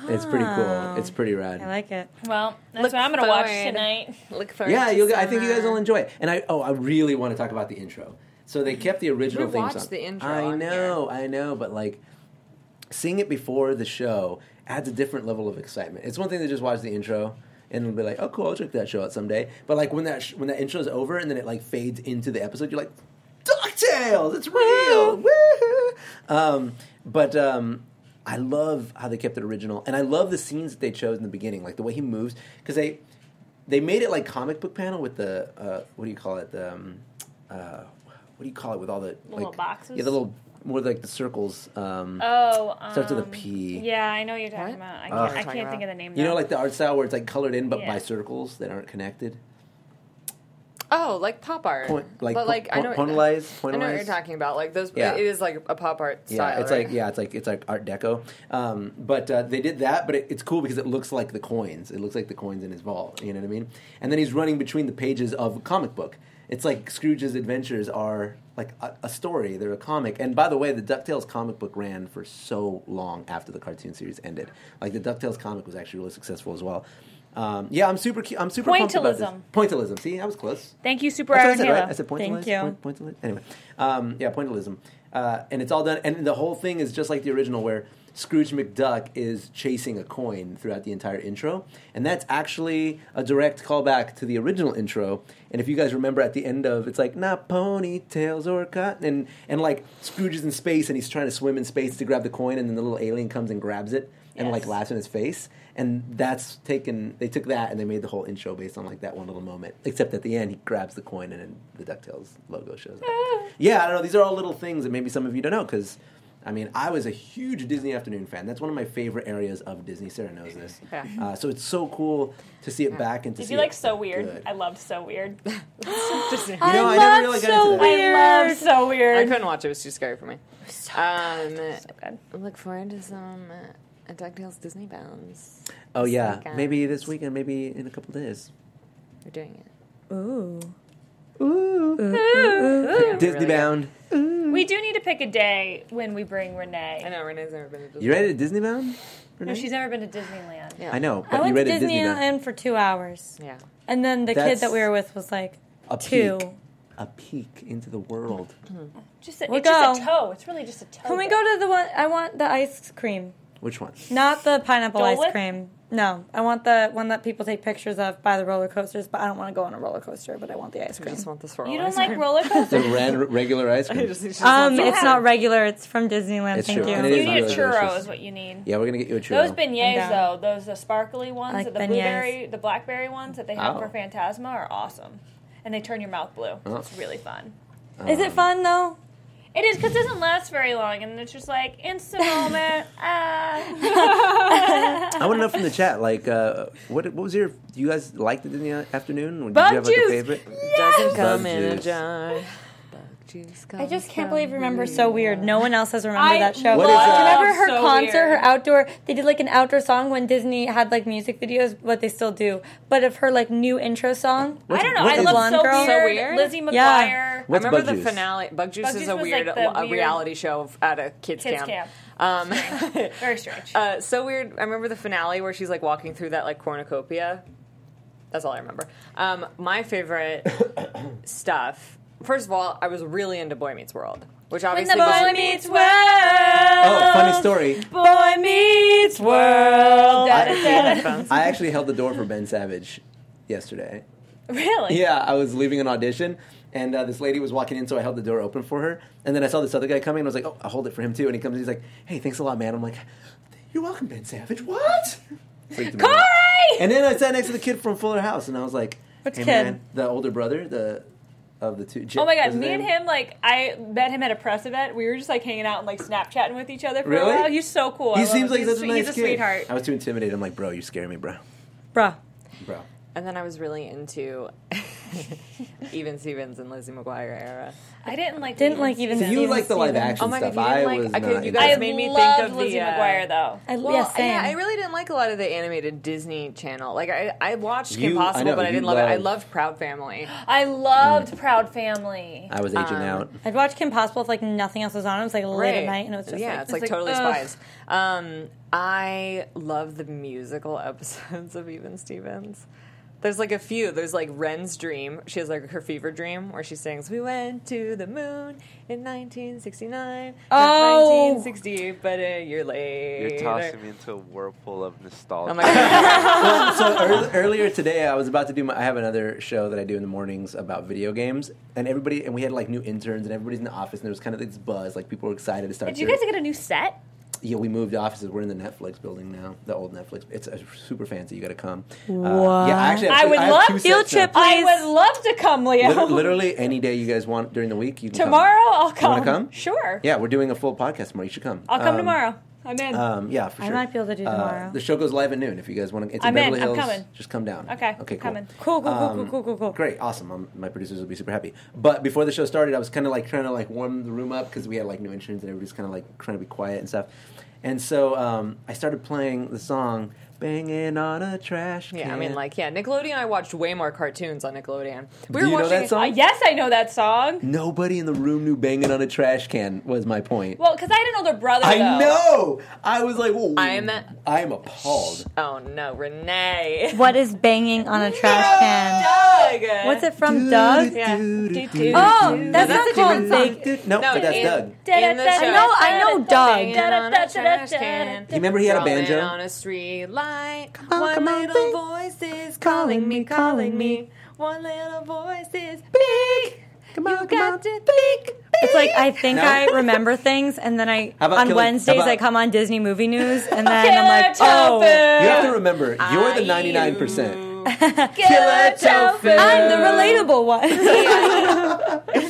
Speaker 1: It's pretty cool. It's pretty rad.
Speaker 5: I like it.
Speaker 3: well, that's
Speaker 4: Look
Speaker 3: what I'm gonna watch
Speaker 4: forward.
Speaker 3: tonight.
Speaker 4: Look forward.
Speaker 1: yeah,
Speaker 4: to
Speaker 1: you'll, I think you guys
Speaker 4: summer.
Speaker 1: will enjoy it. And I oh, I really want to talk about the intro. So they kept the original
Speaker 4: We
Speaker 1: theme
Speaker 4: watched
Speaker 1: song.
Speaker 4: the intro
Speaker 1: I
Speaker 4: on
Speaker 1: know, I know, but like seeing it before the show adds a different level of excitement. It's one thing to just watch the intro and it'll be like, oh, cool, I'll check that show out someday. But like when that sh- when that intro is over and then it like fades into the episode, you're like, Ducktales, it's real, woo Um, but um, I love how they kept it original, and I love the scenes that they chose in the beginning, like the way he moves, because they they made it like comic book panel with the uh, what do you call it? The um, uh, what do you call it with all the
Speaker 3: Little
Speaker 1: like-
Speaker 3: boxes?
Speaker 1: Yeah, the little more like the circles. Um,
Speaker 3: Oh, um,
Speaker 1: starts with a P.
Speaker 3: Yeah, I know what you're talking
Speaker 4: What?
Speaker 3: about. I
Speaker 4: Oh.
Speaker 3: can't, I
Speaker 4: Talking
Speaker 3: can't
Speaker 4: about-
Speaker 3: think of the name.
Speaker 1: You know,
Speaker 3: now.
Speaker 1: like the art style where it's like colored in, but
Speaker 3: Yeah.
Speaker 1: by circles that aren't connected.
Speaker 4: Oh, like pop art.
Speaker 1: Point, like,
Speaker 4: but like I know
Speaker 1: po- pointillized,
Speaker 4: I know what you're
Speaker 1: pointillized?
Speaker 4: talking about. Like those.
Speaker 1: Yeah.
Speaker 4: It is like a pop art
Speaker 1: Yeah,
Speaker 4: style.
Speaker 1: it's
Speaker 4: right?
Speaker 1: like yeah, it's like it's like Art Deco. Um, but uh, they did that, but it, it's cool because it looks like the coins. It looks like the coins in his vault. You know what I mean? And then he's running between the pages of a comic book. It's like Scrooge's adventures are like a, a story. They're a comic. And by the way, the Ducktales comic book ran for so long after the cartoon series ended. Like the Ducktales comic was actually really successful as well. Um, yeah, I'm super. cu- I'm super. pumped about this.
Speaker 3: Pointillism.
Speaker 1: Pointillism. See, I was close.
Speaker 3: Thank you, Super
Speaker 1: That's what I
Speaker 3: Iron
Speaker 1: said,
Speaker 3: Halo.
Speaker 1: right? I said pointillism.
Speaker 5: Thank you.
Speaker 1: Point, pointillism. Anyway, um, yeah, pointillism, uh, and it's all done. And the whole thing is just like the original, where Scrooge McDuck is chasing a coin throughout the entire intro, and that's actually a direct callback to the original intro. And if you guys remember, at the end of it's like not ponytails or cotton, and and like Scrooge is in space and he's trying to swim in space to grab the coin, and then the little alien comes and grabs it and like
Speaker 3: Yes.
Speaker 1: laughs in his face. And that's taken. They took that and they made the whole intro based on like that one little moment. Except at the end, he grabs the coin and then the Ducktales logo shows up. yeah, I don't know. These are all little things that maybe some of you don't know because. I mean, I was a huge Disney Afternoon fan. That's one of my favorite areas of Disney. Sarah knows this.
Speaker 4: Yeah.
Speaker 1: Uh, so it's so cool to see it back and to
Speaker 3: Did
Speaker 1: see
Speaker 3: you like
Speaker 1: it
Speaker 3: so weird?
Speaker 1: good.
Speaker 3: I loved so weird.
Speaker 1: You know, I, never
Speaker 5: I love
Speaker 1: really got into
Speaker 5: So
Speaker 1: that.
Speaker 5: Weird.
Speaker 3: I love so
Speaker 4: I
Speaker 3: weird.
Speaker 4: couldn't watch it. It was too scary for me. um,
Speaker 3: bad.
Speaker 4: I look forward to some uh, DuckTales Disney bounds.
Speaker 1: Oh yeah,
Speaker 4: Second.
Speaker 1: maybe this weekend, maybe in a couple days.
Speaker 4: We're doing it.
Speaker 5: Ooh.
Speaker 1: Disney Bound.
Speaker 3: We do need to pick a day when we bring Renee.
Speaker 4: I know Renee's never been to Disney.
Speaker 1: You ready to Disney Bound?
Speaker 3: No, she's never been to Disneyland.
Speaker 4: Yeah.
Speaker 1: I know,
Speaker 5: I
Speaker 1: but you
Speaker 5: went to
Speaker 1: read it Disney Bound.
Speaker 5: Disneyland for two hours,
Speaker 4: Yeah.
Speaker 5: and then the
Speaker 1: That's
Speaker 5: kid that we were with was like,
Speaker 1: a
Speaker 5: two.
Speaker 1: peek, a peek into the world.
Speaker 3: Just a,
Speaker 5: We'll
Speaker 3: it's just a
Speaker 5: go.
Speaker 3: toe. It's really just a toe.
Speaker 5: "Can we
Speaker 3: bit.
Speaker 5: go to the one? I want the ice cream,
Speaker 1: Which one?
Speaker 5: not the pineapple
Speaker 3: Dole
Speaker 5: ice
Speaker 3: Whip?
Speaker 5: cream. No, I want the one that people take pictures of by the roller coasters. But I don't want to go on a roller coaster. But I want the ice
Speaker 4: I
Speaker 5: cream.
Speaker 4: just want the swirl.
Speaker 3: You don't
Speaker 4: ice
Speaker 3: like
Speaker 4: cream.
Speaker 3: roller
Speaker 1: The
Speaker 3: coasters?
Speaker 1: red, regular ice cream.
Speaker 4: I just- I just want
Speaker 5: Um,
Speaker 4: the
Speaker 5: it's
Speaker 4: swirl.
Speaker 5: not regular. It's from Disneyland.
Speaker 1: It's
Speaker 5: Thank
Speaker 1: true.
Speaker 5: you.
Speaker 1: And it
Speaker 3: you
Speaker 1: is
Speaker 3: need a
Speaker 1: really
Speaker 3: churro,
Speaker 1: delicious.
Speaker 3: is what you need.
Speaker 1: yeah, we're gonna get you a churro.
Speaker 3: Those beignets,
Speaker 5: down.
Speaker 3: though, those the sparkly ones,
Speaker 5: like
Speaker 3: the
Speaker 5: beignets.
Speaker 3: blueberry, the blackberry ones that they have
Speaker 1: Oh.
Speaker 3: for Phantasma are awesome, and they turn your mouth blue. So It's really fun.
Speaker 5: Is it fun though?
Speaker 3: It is because it doesn't last very long, and it's just like instant moment. ah.
Speaker 1: I want to know from the chat, like, uh, what what was your? Do you guys like the Disney afternoon? Did
Speaker 3: Bug
Speaker 1: you have like
Speaker 3: juice.
Speaker 1: a favorite?
Speaker 4: Doesn't come
Speaker 1: Bug
Speaker 4: in a
Speaker 1: juice.
Speaker 4: jar. Bug juice
Speaker 5: I just can't
Speaker 4: comes
Speaker 5: believe
Speaker 4: from
Speaker 5: remember so weird. No one else has remembered
Speaker 3: I
Speaker 5: that show.
Speaker 1: What is that?
Speaker 5: Remember her
Speaker 3: So
Speaker 5: concert,
Speaker 3: weird.
Speaker 5: her outdoor. They did like an outdoor song when Disney had like music videos, what they still do. But of her like new intro song,
Speaker 3: I don't know.
Speaker 1: What
Speaker 3: I
Speaker 1: is-
Speaker 3: love
Speaker 5: Blonde
Speaker 3: so
Speaker 5: Girl?
Speaker 3: weird.
Speaker 4: So Weird?
Speaker 3: Lizzie McGuire.
Speaker 5: Yeah.
Speaker 1: What's
Speaker 4: I
Speaker 1: Bug
Speaker 4: remember the
Speaker 1: Juice?
Speaker 4: finale. Bug Juice
Speaker 3: Bug
Speaker 4: is
Speaker 3: Juice
Speaker 4: a
Speaker 3: was,
Speaker 4: weird,
Speaker 3: like, the
Speaker 4: a
Speaker 3: weird-
Speaker 4: reality show f- at a kids,
Speaker 3: Kids
Speaker 4: camp.
Speaker 3: camp.
Speaker 4: Um,
Speaker 3: Very strange.
Speaker 4: uh, so weird. I remember the finale where she's like walking through that like cornucopia. That's all I remember. Um, my favorite stuff. First of all, I was really into Boy Meets World, which
Speaker 5: When the
Speaker 4: obviously
Speaker 5: boy
Speaker 4: was
Speaker 5: meets world,
Speaker 1: Oh, funny story.
Speaker 5: boy meets world.
Speaker 3: Da, da, da, da.
Speaker 1: I actually held the door for Ben Savage yesterday.
Speaker 3: Really?
Speaker 1: Yeah, I was leaving an audition, and uh, this lady was walking in, so I held the door open for her. And then I saw this other guy coming, and I was like, "Oh, I'll hold it for him too." And he comes, and he's like, "Hey, thanks a lot, man." I'm like, "You're welcome, Ben Savage." What? Freaked me out.
Speaker 3: Corey!
Speaker 1: And then I sat next to the kid from Fuller House, and I was like,
Speaker 5: Which
Speaker 1: "Hey,
Speaker 5: kid?
Speaker 1: man, the older brother, the of the two." Jim,
Speaker 3: Oh my god,
Speaker 1: was his
Speaker 3: me and
Speaker 1: name?
Speaker 3: him, like, I met him at a press event. We were just, like, hanging out and, like, Snapchatting with each other for
Speaker 1: Really?
Speaker 3: a while. He's so cool. I
Speaker 1: He
Speaker 3: love
Speaker 1: seems
Speaker 3: him.
Speaker 1: like
Speaker 3: he's
Speaker 1: such a
Speaker 3: sweet-
Speaker 1: nice
Speaker 3: He's a
Speaker 1: kid.
Speaker 3: sweetheart.
Speaker 1: I was too intimidated. I'm like, "Bro, you scare me, bro,
Speaker 5: Bruh.
Speaker 1: bro."
Speaker 4: And then I was really into Even Stevens and Lizzie McGuire era.
Speaker 3: I didn't like
Speaker 5: Didn't
Speaker 3: the
Speaker 5: like even
Speaker 1: So you
Speaker 5: Steven
Speaker 1: like the live
Speaker 5: Stevens.
Speaker 1: action
Speaker 4: Oh my God,
Speaker 1: stuff?
Speaker 4: you
Speaker 1: I
Speaker 4: didn't
Speaker 1: was
Speaker 4: like- okay,
Speaker 1: not
Speaker 4: you
Speaker 3: I
Speaker 4: guys
Speaker 1: into
Speaker 4: made
Speaker 3: made
Speaker 4: me
Speaker 3: me
Speaker 4: think of the,
Speaker 3: Lizzie
Speaker 4: uh,
Speaker 3: McGuire though.
Speaker 5: I,
Speaker 4: Well,
Speaker 5: yeah, same.
Speaker 4: yeah, I really didn't like a lot of the animated Disney Channel. Like I, I watched
Speaker 1: You-
Speaker 4: Kim
Speaker 1: I
Speaker 4: Possible,
Speaker 1: know,
Speaker 4: but I
Speaker 1: you
Speaker 4: didn't love it. I
Speaker 1: loved-
Speaker 4: loved Proud Family.
Speaker 3: I loved Proud Family.
Speaker 1: Mm. I was aging out.
Speaker 5: I'd watch Kim Possible if like nothing else was on. It was like late
Speaker 4: Right.
Speaker 5: at night, and it was just
Speaker 4: yeah,
Speaker 5: like,
Speaker 4: it's like,
Speaker 3: it's like,
Speaker 4: totally
Speaker 3: ugh.
Speaker 4: spies. Um, I love the musical episodes of Even Stevens. There's like a few. There's like Ren's dream. She has like her fever dream where she sings, "We went to the moon in 1969, not
Speaker 5: Oh.
Speaker 4: 1960, but a year later."
Speaker 6: You're tossing me into a whirlpool of nostalgia.
Speaker 4: Oh my god!
Speaker 1: so earl- earlier today, I was about to do my. I have another show that I do in the mornings about video games, and everybody and we had like new interns, and everybody's in the office, and there was kind of this buzz, like people were excited to start.
Speaker 3: Did you
Speaker 1: their-
Speaker 3: guys get a new set?
Speaker 1: yeah, we moved offices. We're in the Netflix building now, the old Netflix. It's uh, super fancy. You got to come. Uh,
Speaker 5: Wow.
Speaker 1: yeah, I actually, have
Speaker 3: I
Speaker 1: two-
Speaker 3: would
Speaker 1: have
Speaker 3: love
Speaker 1: two
Speaker 5: field
Speaker 1: sets now.
Speaker 5: trip
Speaker 3: I
Speaker 5: Please.
Speaker 3: would love to come, Leo.
Speaker 1: Lit- Literally any day you guys want during the week. You can come.
Speaker 3: Tomorrow I'll
Speaker 1: You wanna
Speaker 3: come.
Speaker 1: come?
Speaker 3: Sure.
Speaker 1: Yeah, we're doing a full podcast tomorrow. You should come.
Speaker 3: I'll come
Speaker 1: Um,
Speaker 3: tomorrow. I'm in.
Speaker 1: Um, yeah, for
Speaker 5: I
Speaker 1: sure.
Speaker 5: might be able to do
Speaker 1: Uh,
Speaker 5: tomorrow.
Speaker 1: the show goes live at noon. If you guys want to, it's
Speaker 3: I'm in.
Speaker 1: in Beverly
Speaker 3: I'm
Speaker 1: Hills.
Speaker 3: coming.
Speaker 1: Just come down.
Speaker 3: Okay,
Speaker 1: Okay. Cool.
Speaker 3: coming.
Speaker 5: Cool, cool, cool, cool, cool, cool, cool.
Speaker 1: Um, Great. Awesome. Um my producers will be super happy. But before the show started, I was kind of like trying to like warm the room up because we had like new entrants and everybody's kind of like trying to be quiet and stuff. And so um, I started playing the song "Banging on a Trash Can."
Speaker 4: Yeah, I mean, like, yeah, Nickelodeon. I watched way more cartoons on Nickelodeon. We
Speaker 1: Do you know
Speaker 4: watching
Speaker 1: that song?
Speaker 3: Uh, yes, I know that
Speaker 1: Mm.
Speaker 3: song.
Speaker 1: nobody in the room knew "Banging on a Trash Can" was my point.
Speaker 3: Well, because I had an older brother.
Speaker 1: I
Speaker 3: though.
Speaker 1: know. I was like, Whoa,
Speaker 4: I'm-
Speaker 1: I'm appalled.
Speaker 4: Oh no, Renee.
Speaker 5: What is banging on a trash can?
Speaker 4: Doug.
Speaker 5: What's it from, Doug?
Speaker 4: Yeah.
Speaker 5: Oh, that's not
Speaker 4: That's a
Speaker 5: called
Speaker 4: different song.
Speaker 5: bang.
Speaker 1: Dude, no,
Speaker 4: No,
Speaker 1: but that's
Speaker 4: in-
Speaker 1: Doug.
Speaker 4: In
Speaker 3: Da-
Speaker 4: the
Speaker 3: da-
Speaker 4: show.
Speaker 5: I know- I know Doug.
Speaker 4: Banging on a trash can.
Speaker 1: You remember he had a
Speaker 4: Drumming
Speaker 1: banjo?
Speaker 4: on a street light.
Speaker 1: on,
Speaker 4: One
Speaker 1: come on,
Speaker 4: little
Speaker 1: big.
Speaker 4: voice is calling me, calling me. One little voice is big.
Speaker 1: Come
Speaker 4: You
Speaker 1: on, come on.
Speaker 4: got to think.
Speaker 5: It's like I think
Speaker 1: No.
Speaker 5: I remember things, and then I
Speaker 1: How about
Speaker 5: on
Speaker 1: Kelly-
Speaker 5: Wednesdays
Speaker 1: how about-
Speaker 5: I come on Disney Movie News, and then I'm
Speaker 3: Killer
Speaker 5: like, oh,
Speaker 1: You have to remember, you're the
Speaker 4: I
Speaker 1: 99%.
Speaker 3: Killer tofu.
Speaker 5: oh, I'm the relatable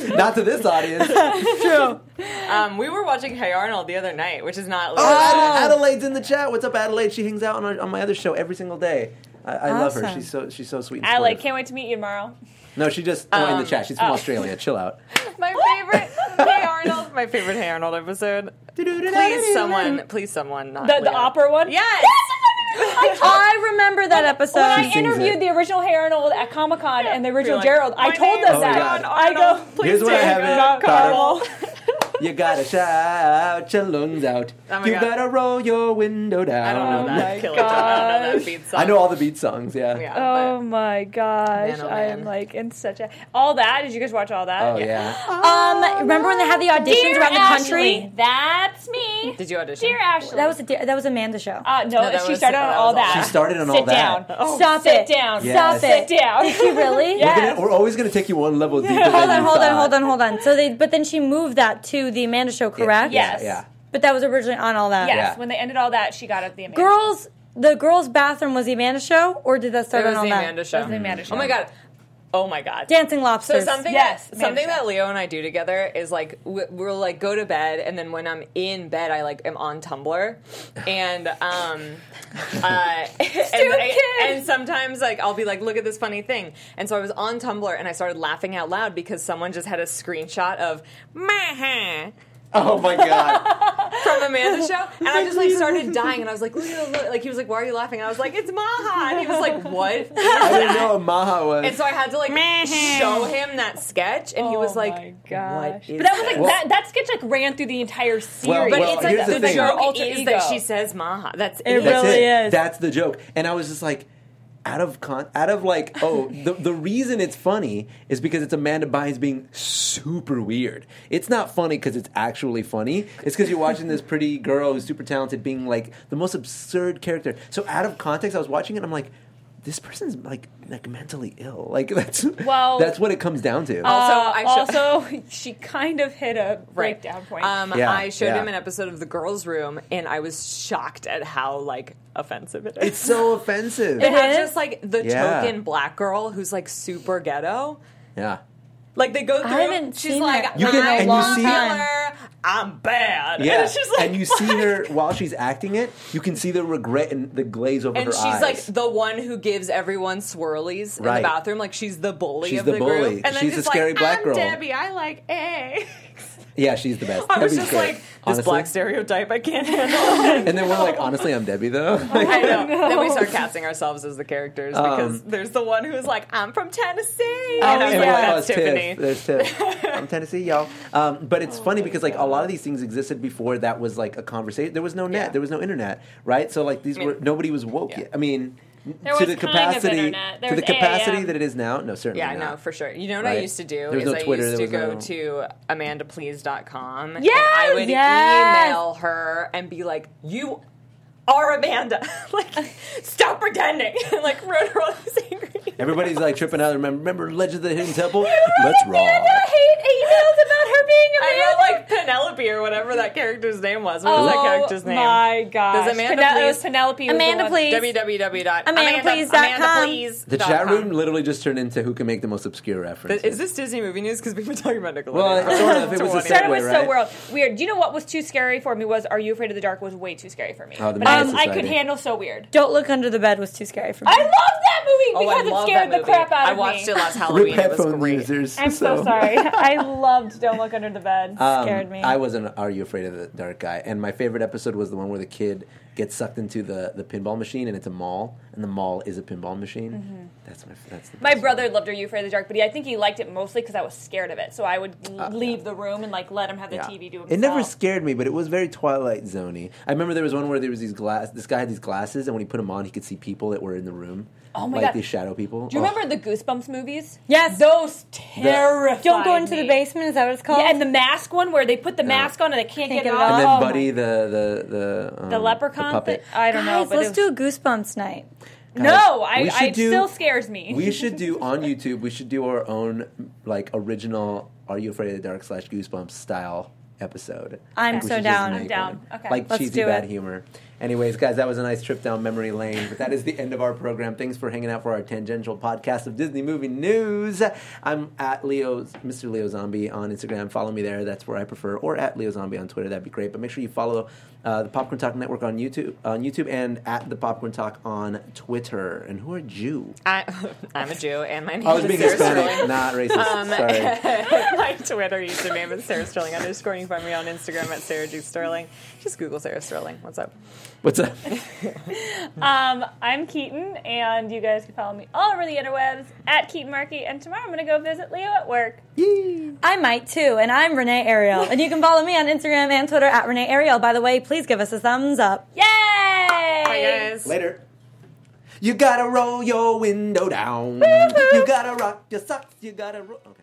Speaker 5: one.
Speaker 1: Not to this audience.
Speaker 4: Oh. Um, we were watching Hey Arnold the other night, which is not.
Speaker 1: Oh, Adela- Adelaide's in the chat. What's up, Adelaide? She hangs out on, our, on my other show every single day. I, I love her.
Speaker 5: Awesome.
Speaker 1: She's so she's so sweet. And
Speaker 3: Adelaide,
Speaker 1: supportive.
Speaker 3: can't wait to meet you tomorrow.
Speaker 1: No, she just joined
Speaker 4: Um,
Speaker 1: the chat. She's from Australia. Chill out.
Speaker 4: My favorite Hey Arnold. My favorite Hey Arnold episode. Please, someone. Please, someone. Not
Speaker 3: The, the
Speaker 4: Leo.
Speaker 3: opera one?
Speaker 4: Yes.
Speaker 5: I remember that episode.
Speaker 3: When
Speaker 1: She
Speaker 3: I
Speaker 1: sings
Speaker 3: interviewed
Speaker 1: it.
Speaker 3: the original Hey Arnold at Comic Con and the original
Speaker 4: like,
Speaker 3: Gerald, I
Speaker 4: "My
Speaker 3: told
Speaker 4: name's
Speaker 3: them
Speaker 1: Oh my
Speaker 3: that.
Speaker 1: God.
Speaker 3: I go, please
Speaker 1: Here's what I
Speaker 3: take
Speaker 1: haven't
Speaker 3: out
Speaker 1: thought of.
Speaker 3: Carl.
Speaker 1: You gotta shout your lungs out.
Speaker 4: Oh my
Speaker 1: you
Speaker 4: God.
Speaker 1: gotta roll your window down.
Speaker 4: I don't know that.
Speaker 1: like-
Speaker 4: Killer Joe. I don't know
Speaker 3: gosh.
Speaker 4: that beat song.
Speaker 1: Oh I know all the beat songs. Yeah.
Speaker 4: Yeah,
Speaker 3: Oh my gosh.
Speaker 4: Man, oh
Speaker 3: I am
Speaker 4: man.
Speaker 3: like in such a. All that? Did you guys watch all that?
Speaker 1: Oh yeah.
Speaker 5: Um, remember when they had the auditions
Speaker 3: Dear
Speaker 5: around the country?
Speaker 3: Ashley, that's me.
Speaker 4: Did you audition?
Speaker 3: Dear Ashley.
Speaker 5: That was a, that was Amanda show.
Speaker 3: Uh, no,
Speaker 4: No, that
Speaker 3: she
Speaker 4: was-
Speaker 3: started on
Speaker 4: that
Speaker 3: all
Speaker 4: was all
Speaker 3: that.
Speaker 4: that.
Speaker 1: She started on
Speaker 3: Sit
Speaker 1: all that. Oh,
Speaker 3: down.
Speaker 5: Stop
Speaker 3: Sit
Speaker 5: it.
Speaker 3: down.
Speaker 1: Yes.
Speaker 5: Stop it.
Speaker 3: Sit down.
Speaker 5: Did she really?
Speaker 3: Yeah.
Speaker 1: We're, gonna, we're always gonna take you one level deeper.
Speaker 5: Hold on, hold on, hold on, hold on. So they, but then she moved that to the Amanda show, correct?
Speaker 3: Yes.
Speaker 1: Yeah.
Speaker 5: But that was originally on all that.
Speaker 3: Yes,
Speaker 1: Yeah.
Speaker 3: when they ended all that, she got up the Amanda.
Speaker 5: Girls, the girls' bathroom was the Amanda show, or did that
Speaker 4: It
Speaker 5: start
Speaker 4: was
Speaker 5: on
Speaker 4: the
Speaker 5: all
Speaker 4: Amanda
Speaker 5: that?
Speaker 4: show.
Speaker 3: was the Amanda show.
Speaker 4: Oh my god. Oh my god.
Speaker 5: Dancing lobsters.
Speaker 4: So something,
Speaker 3: Yes,
Speaker 4: that,
Speaker 3: Amanda
Speaker 4: something
Speaker 3: Show.
Speaker 4: that Leo and I do together is like we- we'll like go to bed, and then when I'm in bed, I like am on Tumblr, and um, uh, and, I-
Speaker 3: kid.
Speaker 4: and sometimes like I'll be like, look at this funny thing, and so I was on Tumblr, and I started laughing out loud because someone just had a screenshot of Maha
Speaker 1: Oh my god.
Speaker 4: from Amanda show, and I just like started dying, and I was like, Leo, look, like he was like, why are you laughing? And I was like, it's Maha, and he was like, what?
Speaker 1: I didn't know what Maha was.
Speaker 4: And so I had to like show him that sketch, and he was like,
Speaker 3: Oh my gosh.
Speaker 4: "What is
Speaker 3: But that was like
Speaker 1: Well-
Speaker 3: that, that sketch like ran through the entire series.
Speaker 4: But
Speaker 1: Well,
Speaker 4: it's like
Speaker 1: here's the
Speaker 4: the,
Speaker 1: thing.
Speaker 4: joke
Speaker 3: Alter
Speaker 4: is
Speaker 3: ego.
Speaker 4: that she says Maha. That's
Speaker 5: It
Speaker 4: it.
Speaker 1: That's
Speaker 5: really
Speaker 1: it.
Speaker 5: is.
Speaker 1: That's the joke. And I was just like, out of con, out of like, oh, the the reason it's funny is because it's Amanda Bynes being super weird. It's not funny because it's actually funny. It's because you're watching this pretty girl who's super talented being like the most absurd character. So out of context, I was watching it. and I'm like. This person's like like mentally ill. Like that's
Speaker 3: Well-
Speaker 1: that's what it comes down to.
Speaker 4: Also,
Speaker 3: Uh,
Speaker 4: I should-
Speaker 3: also, she kind of hit a breakdown point.
Speaker 4: Um,
Speaker 1: Yeah,
Speaker 4: I showed
Speaker 1: yeah.
Speaker 4: him an episode of The Girls' Room, and I was shocked at how like offensive it is.
Speaker 1: it's so offensive.
Speaker 4: They have just like the
Speaker 1: Yeah.
Speaker 4: token black girl who's like super ghetto.
Speaker 1: yeah.
Speaker 4: Like they go through.
Speaker 5: haven't
Speaker 4: she's
Speaker 5: seen
Speaker 4: like,
Speaker 5: that
Speaker 1: You can-
Speaker 4: I'm
Speaker 1: and you see-
Speaker 4: popular, I'm bad.
Speaker 1: Yeah,
Speaker 4: And she's like,
Speaker 1: and you see her while she's acting it. You can see the regret and the glaze over
Speaker 4: And
Speaker 1: her
Speaker 4: she's
Speaker 1: eyes.
Speaker 4: like the one who gives everyone swirlies in
Speaker 1: Right.
Speaker 4: the bathroom. Like she's the bully
Speaker 1: She's
Speaker 4: of
Speaker 1: the
Speaker 4: the,
Speaker 1: bully.
Speaker 4: group. And then
Speaker 1: She's the
Speaker 4: just
Speaker 1: scary
Speaker 4: like,
Speaker 1: black
Speaker 4: I'm
Speaker 1: girl."
Speaker 4: Debbie. I like eggs.
Speaker 1: Yeah, she's the best.
Speaker 4: I was
Speaker 1: Debbie's
Speaker 4: just
Speaker 1: great,
Speaker 4: like, this black stereotype I can't handle.
Speaker 1: And then we're like, honestly, I'm Debbie though. Like,
Speaker 4: I know. Then we start casting ourselves as the characters
Speaker 1: Um,
Speaker 4: because there's the one who's like, I'm from Tennessee. and I'm
Speaker 1: and
Speaker 4: like,
Speaker 1: we're like, oh,
Speaker 4: that's
Speaker 1: it's
Speaker 4: Tiffany.
Speaker 1: Tiff. There's Tiff. I'm Tennessee, y'all. Um, but it's funny because like a lot of these things existed before that was like a conversation. There was no net.
Speaker 4: Yeah.
Speaker 1: There was no internet, right? So like these
Speaker 4: I mean-
Speaker 1: were nobody was woke
Speaker 4: Yeah.
Speaker 1: yet. I mean,
Speaker 3: There
Speaker 1: to
Speaker 3: was
Speaker 1: the
Speaker 3: kind of
Speaker 1: capacity
Speaker 3: internet. There
Speaker 1: to the
Speaker 3: was
Speaker 1: capacity
Speaker 3: AIM.
Speaker 1: that it is now. No, certainly.
Speaker 4: Yeah,
Speaker 1: not.
Speaker 4: no, for sure. You know what I
Speaker 1: Right.
Speaker 4: used to do
Speaker 1: There was
Speaker 4: is
Speaker 1: no
Speaker 4: I
Speaker 1: Twitter,
Speaker 4: used
Speaker 1: there
Speaker 4: to
Speaker 1: was
Speaker 4: go
Speaker 1: no-
Speaker 4: to amandaplease.com and
Speaker 3: Yes!
Speaker 4: I would
Speaker 5: Yes!
Speaker 4: email her and be like, "You are Amanda. like, stop pretending." and like wrote her all these angry.
Speaker 1: Everybody's like tripping out. Remember, remember Legend of the Hidden Temple? Let's roll.
Speaker 3: I hate emails about her being a
Speaker 4: I wrote like Penelope Penelope or whatever that character's name was. What was that character's name?
Speaker 3: Oh my gosh.
Speaker 4: Does Amanda
Speaker 3: Pene- it
Speaker 4: please-
Speaker 3: was Penelope. was the
Speaker 5: Amanda
Speaker 3: one.
Speaker 5: please. AmandaPlease.com.
Speaker 4: AmandaPlease.com.
Speaker 1: The chat room literally just turned into who can make the most obscure reference.
Speaker 4: Is this Disney movie news? Because we've been talking about Nickelodeon.
Speaker 1: Well,
Speaker 4: for
Speaker 1: sort of. It was a segue,
Speaker 4: 20
Speaker 3: That was so
Speaker 1: right?
Speaker 3: world weird. Do you know what was too scary for me? Was Are You Afraid of the Dark was way too scary for me.
Speaker 1: Oh, the
Speaker 3: but I,
Speaker 1: Mad
Speaker 3: I could
Speaker 1: Society.
Speaker 3: handle so weird.
Speaker 5: Don't look under the bed was too scary for me.
Speaker 3: I love that movie
Speaker 4: Oh, I
Speaker 3: because it
Speaker 4: love
Speaker 3: scared
Speaker 4: that
Speaker 3: the
Speaker 4: movie.
Speaker 3: crap out of
Speaker 4: I watched
Speaker 3: me.
Speaker 4: it last
Speaker 1: Rip
Speaker 4: Halloween. It was
Speaker 1: headphone
Speaker 4: great.
Speaker 1: users.
Speaker 3: I'm so, sorry. I loved Don't Look Under the Bed.
Speaker 1: Um,
Speaker 5: Scared me.
Speaker 1: I was an Are You Afraid of the Dark guy, and my favorite episode was the one where the kid gets sucked into the, the pinball machine, and it's a mall, and the mall is a pinball machine. That's my that's the
Speaker 3: Mm-hmm. My
Speaker 1: best
Speaker 3: brother
Speaker 1: one.
Speaker 3: loved Are You Afraid of the Dark, but he, I think he liked it mostly because I was scared of it. So I would l- leave the room and like let him have the
Speaker 1: Uh, Yeah.
Speaker 3: TV do himself.
Speaker 1: It never scared me, but it was very Twilight Zoney. I remember there was one where there was these glass. This guy had these glasses, and when he put them on, he could see people that were in the room.
Speaker 3: Oh my
Speaker 1: like
Speaker 3: God.
Speaker 1: these shadow people.
Speaker 3: Do you remember the Goosebumps movies?
Speaker 5: Yes.
Speaker 3: those terrified.
Speaker 5: Don't go into
Speaker 3: me.
Speaker 5: the basement. Is that what it's called?
Speaker 3: Yeah, and the mask one where they put the mask on and they can't, get, it off.
Speaker 1: And then
Speaker 3: Oh my
Speaker 1: Buddy, the the the um,
Speaker 3: the leprechaun
Speaker 1: puppet.
Speaker 3: thi- I don't know.
Speaker 5: Guys,
Speaker 3: But
Speaker 5: let's
Speaker 3: it
Speaker 5: do a goosebumps night.
Speaker 3: was, no,
Speaker 1: we
Speaker 3: I,
Speaker 1: should
Speaker 3: I it
Speaker 1: do-
Speaker 3: still scares me.
Speaker 1: we should do on YouTube. We should do our own like original "Are You Afraid of the Dark?" slash Goosebumps style episode.
Speaker 5: I'm
Speaker 1: We
Speaker 5: so
Speaker 1: should just
Speaker 5: down.
Speaker 1: make
Speaker 5: I'm
Speaker 3: down.
Speaker 1: one.
Speaker 3: Okay.
Speaker 1: like
Speaker 5: Let's
Speaker 1: cheesy
Speaker 5: do
Speaker 1: bad
Speaker 5: it.
Speaker 1: humor. Anyways, guys, that was a nice trip down memory lane. But that is the end of our program. Thanks for hanging out for our tangential podcast of Disney movie news. I'm at Leo, Mr. Leo Zombie on Instagram. Follow me there. That's where I prefer. Or at Leo Zombie on Twitter. That'd be great. But make sure you follow uh, the Popcorn Talk Network on YouTube, on YouTube, and at the Popcorn Talk on Twitter. And who are you?
Speaker 4: I, I'm a Jew, and my name
Speaker 1: I was
Speaker 4: is
Speaker 1: being
Speaker 4: Sarah
Speaker 1: Hispanic,
Speaker 4: Sterling.
Speaker 1: not racist. Sorry.
Speaker 4: my Twitter username is Sarah Sterling underscore. You can find me on Instagram at Sarah G Sterling. Just Google Sarah Sterling. What's up?
Speaker 1: What's up?
Speaker 3: Um, I'm Keaton, and you guys can follow me all over the interwebs at Keaton Markey. And tomorrow I'm going to go visit Leo at work.
Speaker 5: I might too, and I'm Renee Ariel. and you can follow me on Instagram and Twitter at Renee Ariel. By the way, please give us a thumbs up.
Speaker 3: Yay!
Speaker 4: Bye guys.
Speaker 1: Later. You gotta roll your window down. You gotta rock your socks. You gotta roll. Okay.